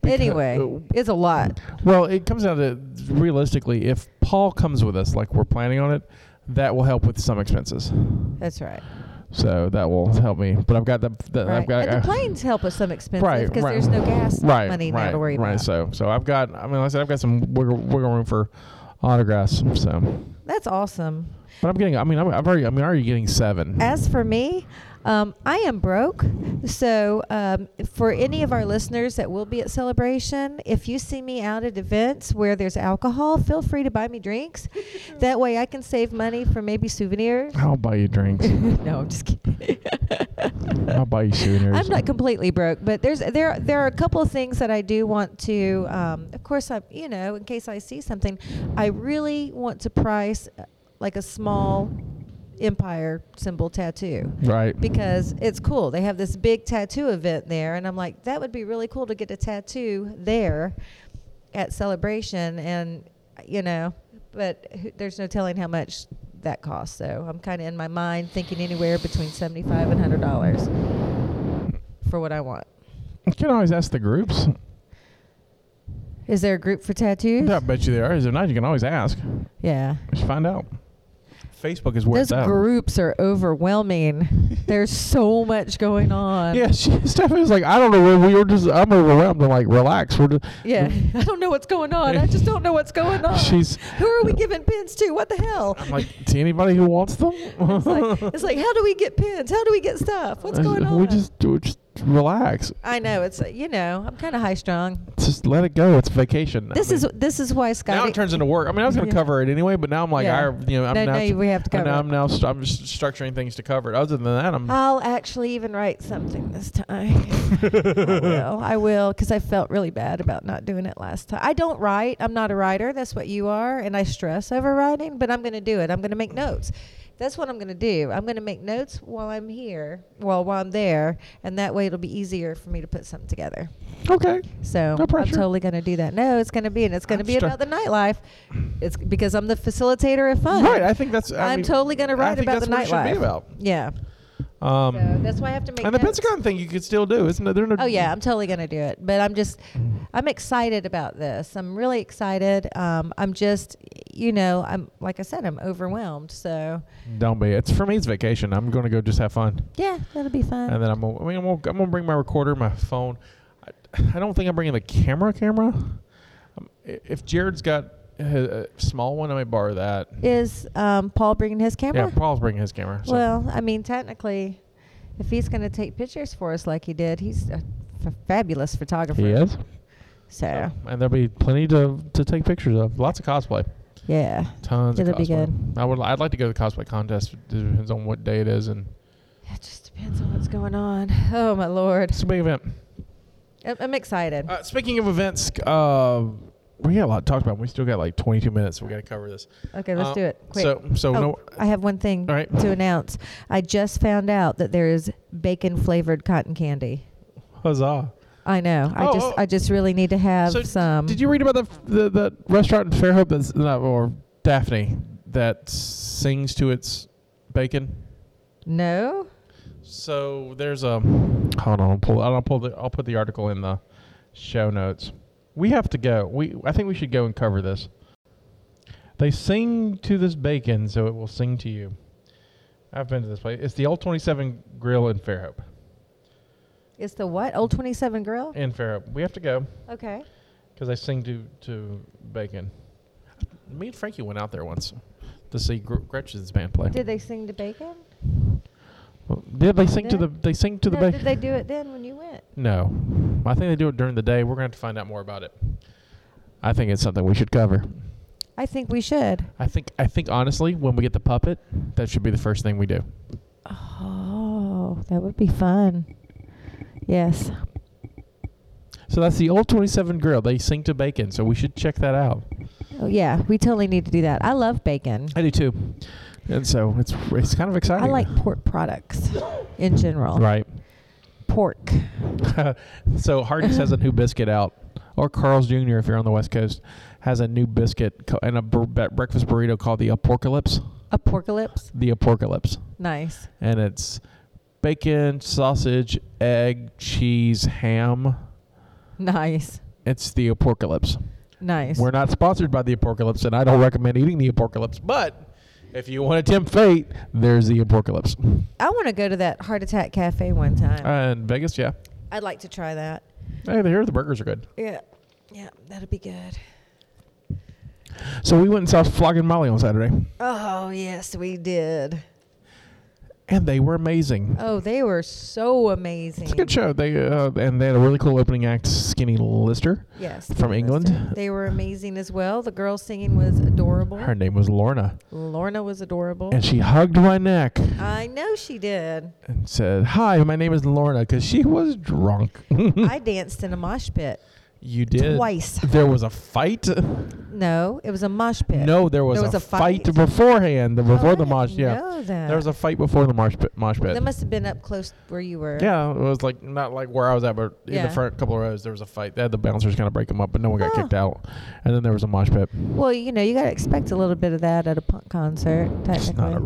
because- uh,
anyway, it's a lot.
well, it comes down to realistically, if Paul comes with us, like we're planning on it, that will help with some expenses.
That's right.
So that will help me. But I've got the, the
right.
Uh, I've got
and the
I-
planes help us some expenses
Right,
because
right.
there's no gas
right,
money
right,
now to worry
right.
about.
So, so I've got. I mean, like I said, I've got some wiggle, wiggle room for autographs. So,
That's awesome.
but I'm getting. I mean, I'm, I'm already. I mean, I'm already getting seven.
As for me, um, I am broke. So, um, for any of our listeners that will be at Celebration, if you see me out at events where there's alcohol, feel free to buy me drinks. that way I can save money for maybe souvenirs.
I'll buy you drinks.
no, I'm just kidding.
I'll buy you souvenirs.
I'm not completely broke, but there's there there are a couple of things that I do want to. Um, of course, I you know in case I see something, I really want to price uh, like a small empire symbol tattoo
right.
because it's cool. They have this big tattoo event there, and I'm like, that would be really cool to get a tattoo there at celebration, and you know, but who- there's no telling how much that costs. So I'm kind of in my mind thinking anywhere between seventy-five and hundred dollars for what I want.
You can always ask the groups.
Is there a group for tattoos?
I bet you there is. If not, you can always ask.
Yeah.
Just find out. Facebook is where
Those
it's at.
groups are overwhelming. There's so much going on.
Yeah, she, Stephanie was like, I don't know. where We were just, I'm overwhelmed. I'm like, relax. We're just,
Yeah, I don't know what's going on. I just don't know what's going on.
She's-
who are we giving pins to? What the hell?
I'm like, to anybody who wants them.
it's like it's like how do we get pins? How do we get stuff? What's going on?
We just, we just relax.
I know it's uh, you know I'm kind of high strung.
Just let it go. It's vacation. I
This is
mean,
this is why Scotty.
now it turns into work. I mean, I was going to
Yeah.
cover it anyway, but now I'm like,
Yeah.
I, you know, I'm
No,
now,
no, we have to
I'm
cover
now,
it. Um,
I'm now, st- I'm just structuring things to cover it. Other than that, I'm.
I'll actually even write something this time. I will. I will because I felt really bad about not doing it last time. I don't write. I'm not a writer. That's what you are, and I stress over writing. But I'm going to do it. I'm going to make notes. That's what I'm going to do. I'm going to make notes while I'm here, well, while I'm there, and that way it'll be easier for me to put something together.
okay.
So
No
I'm
pressure.
totally going to do that. No, it's going to be, and it's going to
I'm
be
stra-
about the nightlife. It's because I'm the facilitator of fun.
Right. I think that's. I
am
mean,
totally going to
I
write
think
about
that's
the
what it
nightlife.
should be about.
Yeah.
Um,
So that's why I have to make.
and the
notes.
Pentagon thing you could still do. Isn't there? No,
Oh yeah, I'm totally gonna do it. But I'm just, I'm excited about this. I'm really excited. Um, I'm just, you know, I'm like I said, I'm overwhelmed. So
Don't be. It's for me. It's vacation. I'm going to go just have fun,
yeah, that'll be fun.
and then I'm. Gonna, I mean, I'm gonna, I'm gonna bring my recorder, my phone. I, I don't think I'm bringing the camera. Camera. Um, i- if Jared's got a, a small one, I may borrow that.
Is um, Paul bringing his camera?
Yeah, Paul's bringing his camera. So.
Well, I mean, technically, if he's gonna take pictures for us like he did, he's a f- fabulous photographer.
he is.
So
Um, And there'll be plenty to to take pictures of. Lots of cosplay.
Yeah.
Tons.
It'll
of
be
cosplay.
good.
I would. I'd like to go to the cosplay contest. It depends on what day it is, and
It just depends on what's going on. Oh my lord,
it's a big event.
I'm, I'm excited.
Uh, speaking of events, uh, we got a lot to talk about. We still got like 22 minutes. we got to cover this.
okay, let's
uh,
do it. Quick.
So, so
Oh,
no.
I have one thing
All right.
to announce. I just found out that there is bacon flavored cotton candy.
Huzzah!
I know. I
Oh,
just
oh.
I just really need to have
So d-
some.
Did you read about the f- the, the restaurant in Fairhope that's not, or Daphne that sings to its bacon?
No.
So there's a hold on. I'll pull. I'll pull. The, I'll put the article in the show notes. We have to go. We. I think we should go and cover this. They sing to this bacon, so it will sing to you. I've been to this place. It's the Old 27 Grill in Fairhope.
It's the what? Old 27 grill?
In Fairhope, we have to go
Okay.
because they sing to to bacon. Me and Frankie went out there once to see Gr- Gretchen's band play.
Did they sing to bacon?
Well, did they sing to the?
Did-
They sing to
No,
the bacon.
Did they do it then when you went?
No. I think they do it during the day. We're going to have to find out more about it. I think it's something we should cover.
I think we should.
I think I think honestly, when we get the puppet, that should be the first thing we do.
Oh, that would be fun. Yes.
So that's the old 27 grill. They sing to bacon, so we should check that out.
Oh, yeah, we totally need to do that. I love bacon.
I do too. And so it's it's kind of exciting.
I like pork products in general.
Right.
Pork.
so Hardee's has a new biscuit out, or Carl's Jr. if you're on the West Coast has a new biscuit co- and a bur- bre- breakfast burrito called the Apocalypse.
A porkalypse.
The Apocalypse.
Nice.
and it's bacon, sausage, egg, cheese, ham.
Nice.
It's the apocalypse.
Nice.
We're not sponsored by the apocalypse, and I don't recommend eating the apocalypse. But if you want to tempt fate, there's the apocalypse.
I want to go to that heart attack cafe one time.
And Vegas, yeah.
I'd like to try that.
Hey, here the burgers are good.
Yeah. Yeah, that'd be good.
So we went and saw Flogging Molly on Saturday,
Oh, yes, we did.
and they were amazing.
Oh, they were so amazing.
It's a good show. They uh, and they had a really cool opening act, Skinny Lister.
Yes.
From
they
England.
listed. They were amazing as well. The girl singing was adorable.
Her name was Lorna,
Lorna was adorable.
and she hugged my neck
I know she did.
and said, "Hi, my name is Lorna," because she was drunk.
I danced in a mosh pit.
You did
Twice.
There was a fight.
No, it was a mosh pit.
No, there was, a, fight, beforehand. The,
Oh, I
before the
didn't
mosh. Yeah,
know that.
there was a fight before the mosh pit. Mosh pit.
That must have been up close where you were.
yeah, it was like not like where I was at, but in
Yeah.
the front couple of rows there was a fight. They had the bouncers kind of break them up, but no one got
Huh.
kicked out. And then there was a mosh pit.
Well, you know, you gotta expect a little bit of that at a punk concert. Technically.
It's not a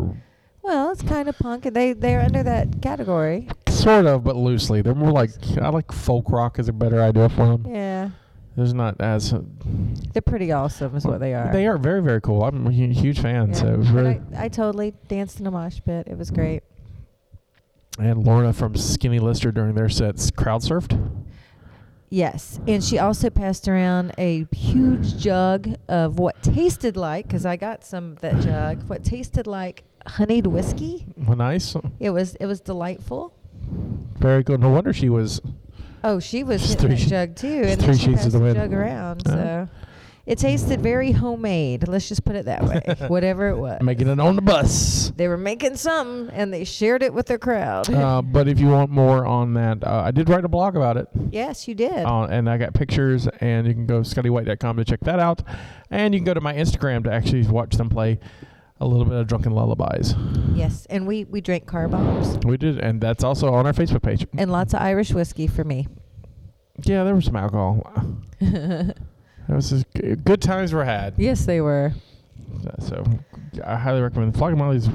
well, it's kind of punk, and they they're under that category.
sort of, but loosely. They're more like I like folk rock is a better idea for them.
Yeah,
There's not as uh,
they're pretty awesome, is what they are.
They are very very cool. I'm a hu- huge fan.
Yeah.
So it was
But
really,
I, I totally danced in a mosh pit. It was great.
and Lorna from Skinny Lister during their sets crowd surfed.
Yes, and she also passed around a huge jug of what tasted like, because I got some of that jug. What tasted like honeyed whiskey.
Well, nice.
It was it was delightful.
Very good. No wonder she was.
Oh, she was
It's
hitting
three
that
she-
jug too,
it's
and then
three
she
sheets
passed
of the
the
wind.
jug around.
Huh?
So it tasted very homemade. Let's just put it that way. Whatever it was,
Making it on the bus.
they were making something, and they shared it with their crowd.
Uh, but if you want more on that, uh, I did write a blog about it,
yes, you did.
uh, and I got pictures, and you can go to scuttywhite.com to check that out, and you can go to my Instagram to actually watch them play a little bit of Drunken Lullabies.
yes, and we we drank car bombs
We did, and that's also on our Facebook page.
and lots of Irish whiskey for me.
yeah, there was some alcohol. That was just g- good times were had.
yes, they were.
Uh, So I highly recommend Flogging Molly's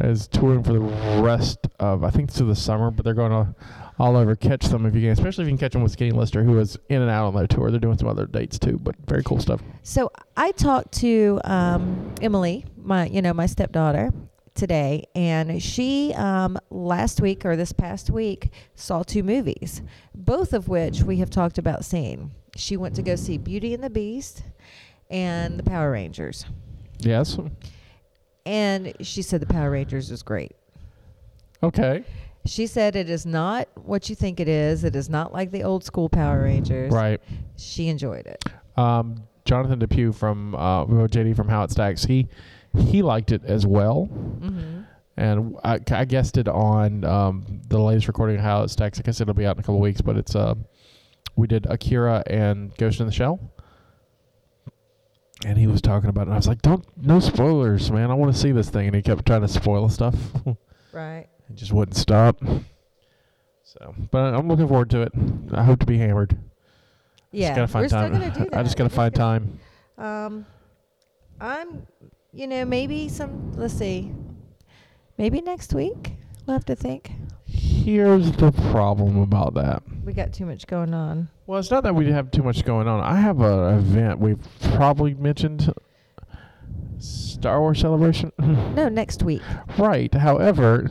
is touring for the rest of I think through the summer, but they're going to all over catch them if you can, especially if you can catch them with Skinny Lister, who is in and out on their tour. They're doing some other dates too, but very cool stuff.
So I talked to um, Emily, my you know my stepdaughter today, and she um, last week or this past week saw two movies, both of which we have talked about seeing. She went to go see Beauty and the Beast and the Power Rangers,
Yes.
and she said the Power Rangers is great.
Okay.
She said it is not what you think it is. It is not like the old school Power Rangers.
Right.
She enjoyed it.
Um, Jonathan Depew from uh, well, JD from How It Stacks, he he liked it as well.
Mm-hmm.
And I, I guessed it on um, the latest recording of How It Stacks. I guess it'll be out in a couple weeks, but it's uh, we did Akira and Ghost in the Shell. And he was talking about it. And I was like, "Don't no spoilers, man. I want to see this thing." And he kept trying to spoil stuff.
Right.
It just wouldn't stop. So, but I'm looking forward to it. I hope to be hammered.
Yeah.
just gotta find
we're
time.
still gonna do that.
I just gotta
We're
find
gonna-
time.
Um, I'm, you know, maybe some. Let's see. Maybe next week. We'll have to think.
Here's the problem about that.
We got too much going on.
Well, it's not that we have too much going on. I have an event we've probably mentioned. Star Wars Celebration.
No, next week.
right. However,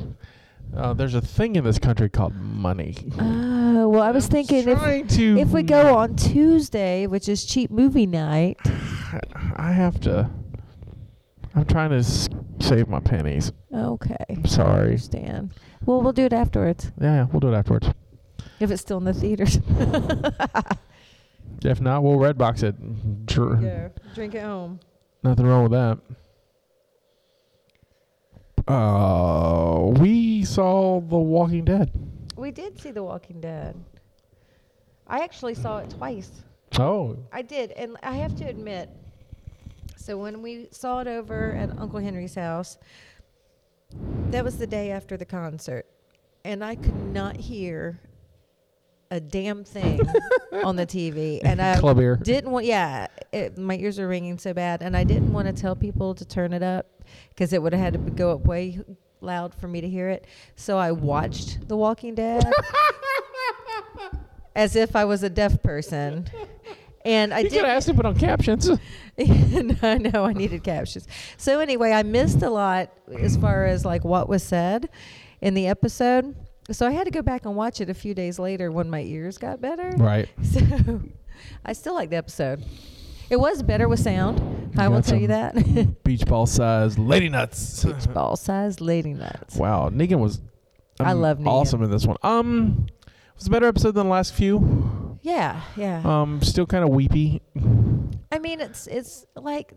uh, there's a thing in this country called money.
Oh well, I was thinking if,
Trying to
if we go on Tuesday, which is cheap movie night,
I have to. I'm trying to s- save my pennies.
okay.
I'm sorry.
Understand? Well, we'll do it afterwards
Yeah, yeah, we'll do it afterwards.
if it's still in the theaters.
If not, we'll red box it. Dr-
drink at home.
Nothing wrong with that. Uh, we saw The Walking Dead.
We did see The Walking Dead. I actually saw it twice.
Oh,
I did, and I have to admit. So when we saw it over at Uncle Henry's house, that was the day after the concert, and I could not hear a damn thing on the TV, and I
Club ear.
didn't want. Yeah, it, my ears were ringing so bad, and I didn't want to tell people to turn it up because it would have had to b- go up way loud for me to hear it. So I watched The Walking Dead as if I was a deaf person. And I
you could
did.
ask to put on captions.
I know I needed captions. So anyway, I missed a lot as far as like what was said in the episode. So I had to go back and watch it a few days later when my ears got better.
Right.
So I still like the episode. It was better with sound. I will
Got
tell you
some
that.
Beach ball size lady nuts.
Ball sized lady nuts.
wow, Negan was.
I love Negan.
Awesome in this one. Um, it was a better episode than the last few.
Yeah, yeah.
Um, still kind of weepy.
I mean, it's it's like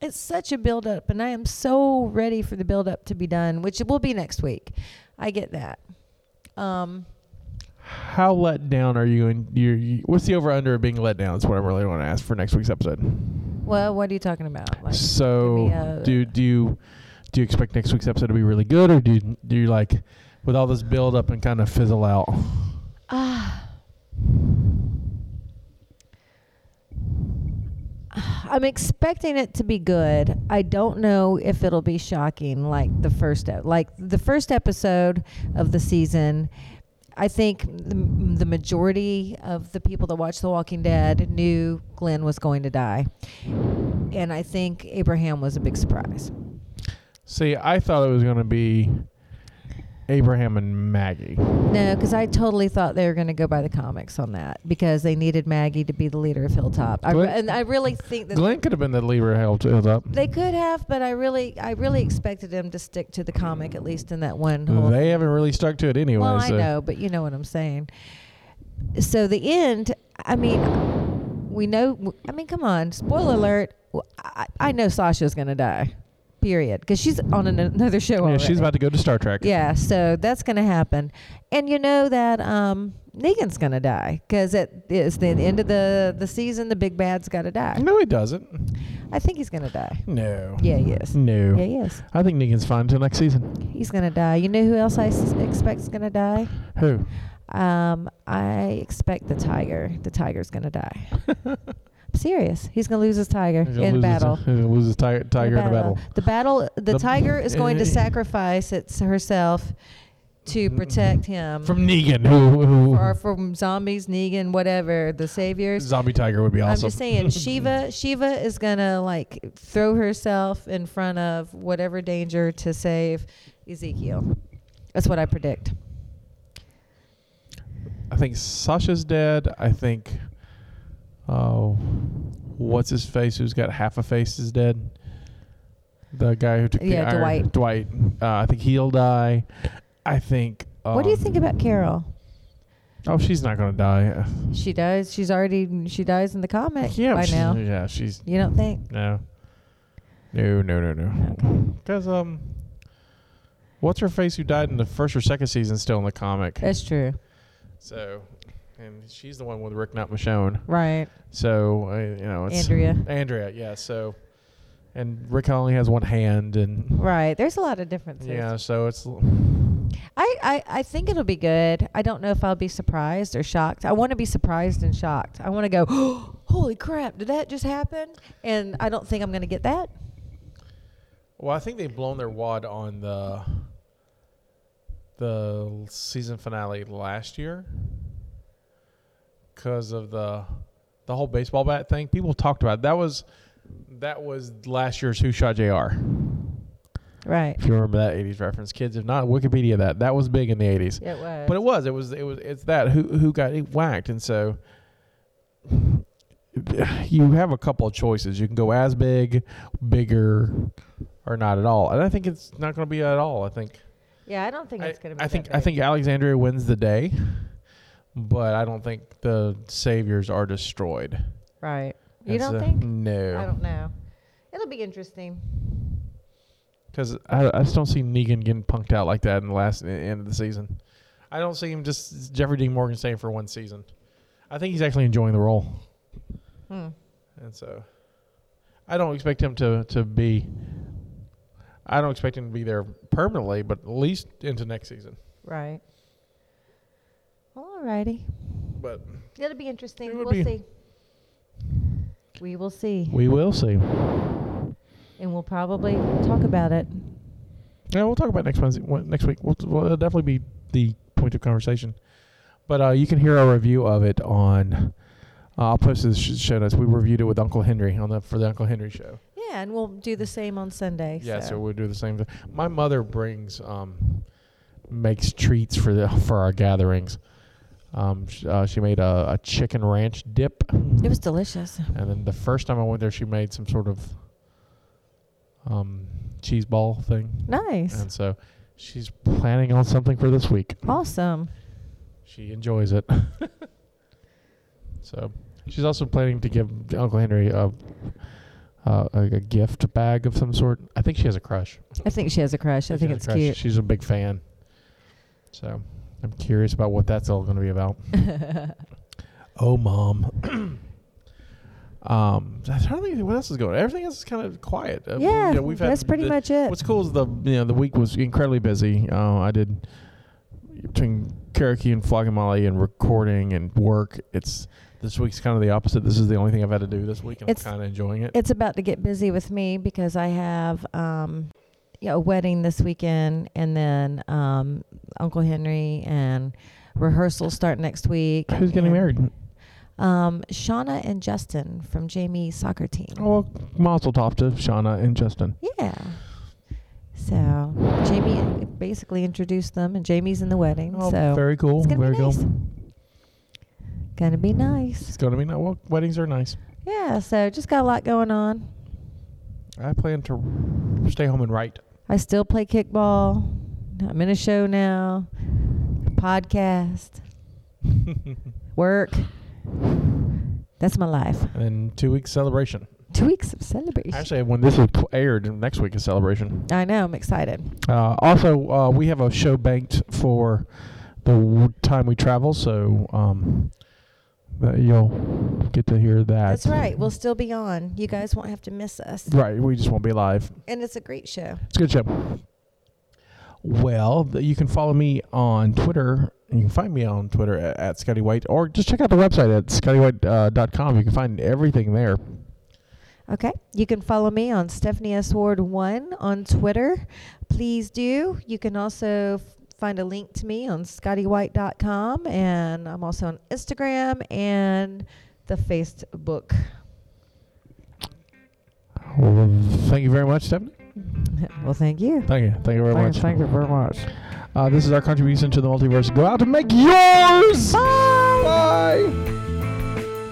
it's such a build up, and I am so ready for the build up to be done, which it will be next week. I get that. Um,
How let down are you? And you, you what's the over under of being let down? Is what I really want to ask for next week's episode.
well, what are you talking about? Like,
So
a-
do do you do you expect next week's episode to be really good, or do you, do you like with all this build up and kind of fizzle out?
I'm expecting it to be good. I don't know if it'll be shocking like the first ep- like the first episode of the season. I think the, the majority of the people that watch The Walking Dead knew Glenn was going to die. And I think Abraham was a big surprise.
See, I thought it was going to be Abraham and Maggie.
No, because I totally thought they were going to go by the comics on that because they needed Maggie to be the leader of Hilltop. I, re-
Glenn-
and I really think that
Glenn could have been the leader held held up.
they could have, but I really, I really expected them to stick to the comic at least in that one. Whole
They haven't really stuck to it anyway.
well,
so.
I know, but you know what I'm saying. So the end. I mean, we know. I mean, come on. Spoiler alert. w- I, I know Sasha's going to die. Period. Because she's on an, another show
Yeah,
already.
she's about to go to Star Trek.
Yeah, so that's going to happen. And you know that um, Negan's going to die because it is the end of the, the season. The big bad's got to die.
No, he doesn't.
I think he's going to die.
No.
Yeah, he is.
No.
Yeah, he is.
I think Negan's fine until next season.
He's going to die. You know who else I s- expect's going to die?
Who?
Um, I expect the tiger. The tiger's going to die. I'm serious. He's going to lose his tiger
He's gonna
in
lose his-
battle.
he's gonna lose his tiger, tiger in a battle.
The battle. The,
The-
tiger is going to
Eh. Mm-hmm.
sacrifice its herself to protect him.
From Negan, who, who
or from zombies, Negan, whatever, the saviors.
zombie tiger would be awesome.
I'm just saying, Shiva, Shiva is gonna like throw herself in front of whatever danger to save Ezekiel. That's what I predict.
I think Sasha's dead. I think, oh, what's his face? Who's got half a face is dead. The guy who took
Yeah,
the iron-
Dwight.
Dwight. Uh, I think he'll die. I think. Um,
what do you think about Carol?
Oh, she's not gonna die.
She dies. She's already. She dies in the comic
Yeah,
by
she-
now.
Yeah, she's
You don't think?
no, no, no, no, no. Because um, what's her face who died in the first or second season still in the comic?
That's true.
So, and she's the one with Rick, not Michonne.
Right.
So uh, you know, it's
Andrea.
Andrea, yeah. So, and Rick only has one hand, and
Right. There's a lot of differences.
yeah. So it's l-
I, I, I think it'll be good. I don't know if I'll be surprised or shocked. I want to be surprised and shocked. I want to go, holy crap, did that just happen? And I don't think I'm going to get that.
well, I think they've blown their wad on the the season finale last year because of the the whole baseball bat thing. People talked about it. that was that was last year's Who Shot Jr.
Right.
If you remember that '80s reference, kids, if not Wikipedia, that that was big in the '80s.
It was.
But it was. It was. It was. It's that who who got whacked, and so you have a couple of choices. You can go as big, bigger, or not at all. And I think it's not going to be at all. I think.
yeah, I don't think
I
it's going to be
I
that
think. I
big.
think Alexandria wins the day, but I don't think the saviors are destroyed.
Right. You
And
don't
so-
think?
No.
I don't know. It'll be interesting.
Because I, I just don't see Negan getting punked out like that in the last in the end of the season. I don't see him just Jeffrey Dean Morgan staying for one season. I think he's actually enjoying the role.
Hmm.
And so I don't expect him to, to be I don't expect him to be there permanently, but at least into next season.
Right. All righty.
But
It'll be interesting.
It would
we'll
be.
see. We will see.
we will see.
And we'll probably talk about it.
Yeah, we'll talk about it next Wednesday one- next week. We'll, we'll it'll definitely be the point of conversation. But uh, you can hear our review of it on. Uh, I'll post this sh- show notes. We reviewed it with Uncle Henry on the for the Uncle Henry show.
Yeah, and we'll do the same on Sunday.
Yeah,
so.
so we'll do the same thing. My mother brings um, makes treats for the for our gatherings. Um, sh- uh, she made a, a chicken ranch dip,
it was delicious.
and then the first time I went there, she made some sort of um, cheese ball thing.
Nice.
And so she's planning on something for this week.
Awesome.
She enjoys it. so she's also planning to give Uncle Henry a, uh, a a gift bag of some sort. I think she has a crush.
I think she has a crush. I
She
think
has a
it's
crush.
cute.
She's a big fan. So I'm curious about what that's all going to be about. oh, mom. um, I don't think what else is going. on. Everything else is kind of quiet. Uh, we-
Yeah,
you know,
that's pretty
the-
much it.
What's cool is the you know the week was incredibly busy. Uh, I did between karaoke and flogamali and recording and work. It's this week's kind of the opposite. This is the only thing I've had to do this week, and
It's-
I'm kind of enjoying it.
It's about to get busy with me because I have um, you know, a wedding this weekend, and then um, Uncle Henry and rehearsals start next week.
Who's getting
and,
married?
Um, Shauna and Justin from Jamie's soccer team.
Oh, well, Mazel Tov to Shauna and Justin.
Yeah. So Jamie basically introduced them, and Jamie's in the wedding.
Oh,
so
very cool.
It's gonna
very
be nice.
cool.
Gonna be nice.
It's gonna be nice. Well, weddings are nice.
Yeah. So just got a lot going on.
I plan to stay home and write.
I still play kickball. I'm in a show now. Podcast. Work. That's my life.
And two weeks celebration.
Two weeks of celebration.
Actually, when this is p- aired, next week is celebration.
I know. I'm excited.
Uh, also, uh, we have a show banked for the w- time we travel, so um, that you'll get to hear that.
That's right. We'll still be on. You guys won't have to miss us.
Right, we just won't be live.
And it's a great show.
It's a good show. Well, th- you can follow me on Twitter. You can find me on Twitter at, at Scotty White, or just check out the website at scottywhite.com. you can find everything there.
Okay. You can follow me on Stephanie S. Ward 1 on Twitter. Please do. You can also f- find a link to me on scottywhite.com. And I'm also on Instagram and the Facebook.
Well, thank you very much, Stephanie.
Well, thank you.
Thank you. Thank you very much.
you very much.
Uh, this is our contribution to the multiverse. Go out and make yours! Bye! Bye!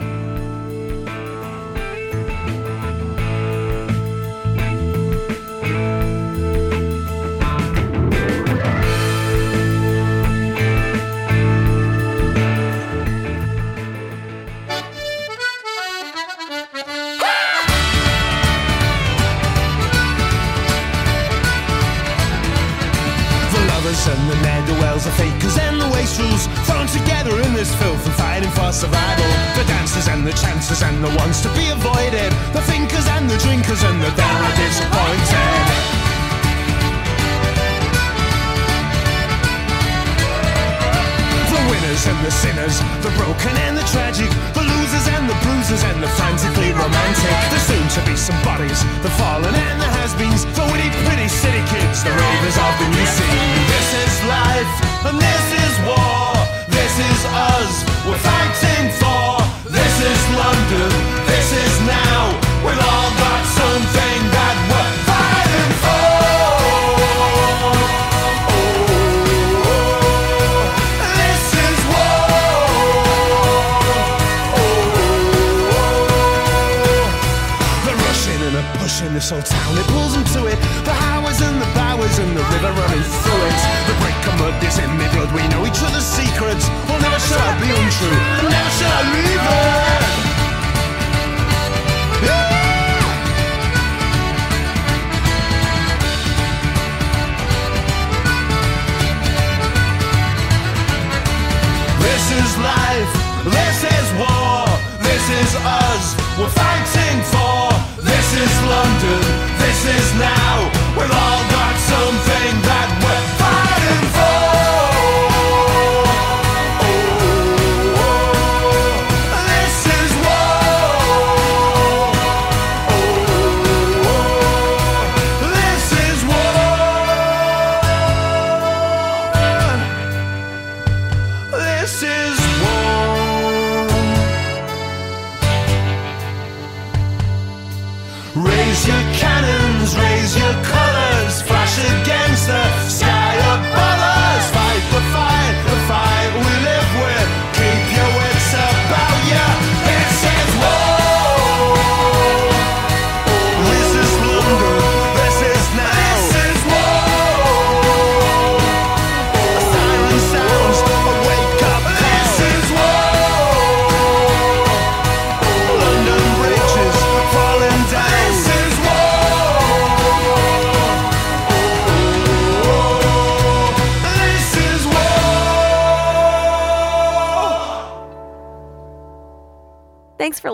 and the ne'er-do-wells, the fakers and the wastrels, thrown together in this filth and fighting for survival. The dancers and the chancers and the ones to be avoided, the thinkers and the drinkers and the dour disappointed. The winners and the sinners, the broken and the tragic, the losers and the bruisers and the frantically romantic. The soon to be some bodies, the fallen and the has-beens, the witty pretty city kids, the ravers of the new scene. This is life and this is war. This is us, we're fighting for. This is London, this is now. We've all got something that we're fighting Oh, for. This is oh, war. The rushing and the pushing, this whole town, it pulls into it. The highways and the byways and the river running through it. The break of mud is in me blood, we know each other's secrets. Well, never shall I be untrue, never shall I leave it. Yeah! This is life. This is war. This is us. We're fighting for. This is London. This is now. We've all got something that we're fighting for. Oh, This is war. Oh, This is war. This is war. Raise your cannons, raise your colors, flash against the sky above us. Fight the fight, the fight we live with. Keep your wits about you. This is war. This is London. This is now. This is war. Siren sounds, wake up. This is war. London bridges falling down. This is war. This is war.
Thanks for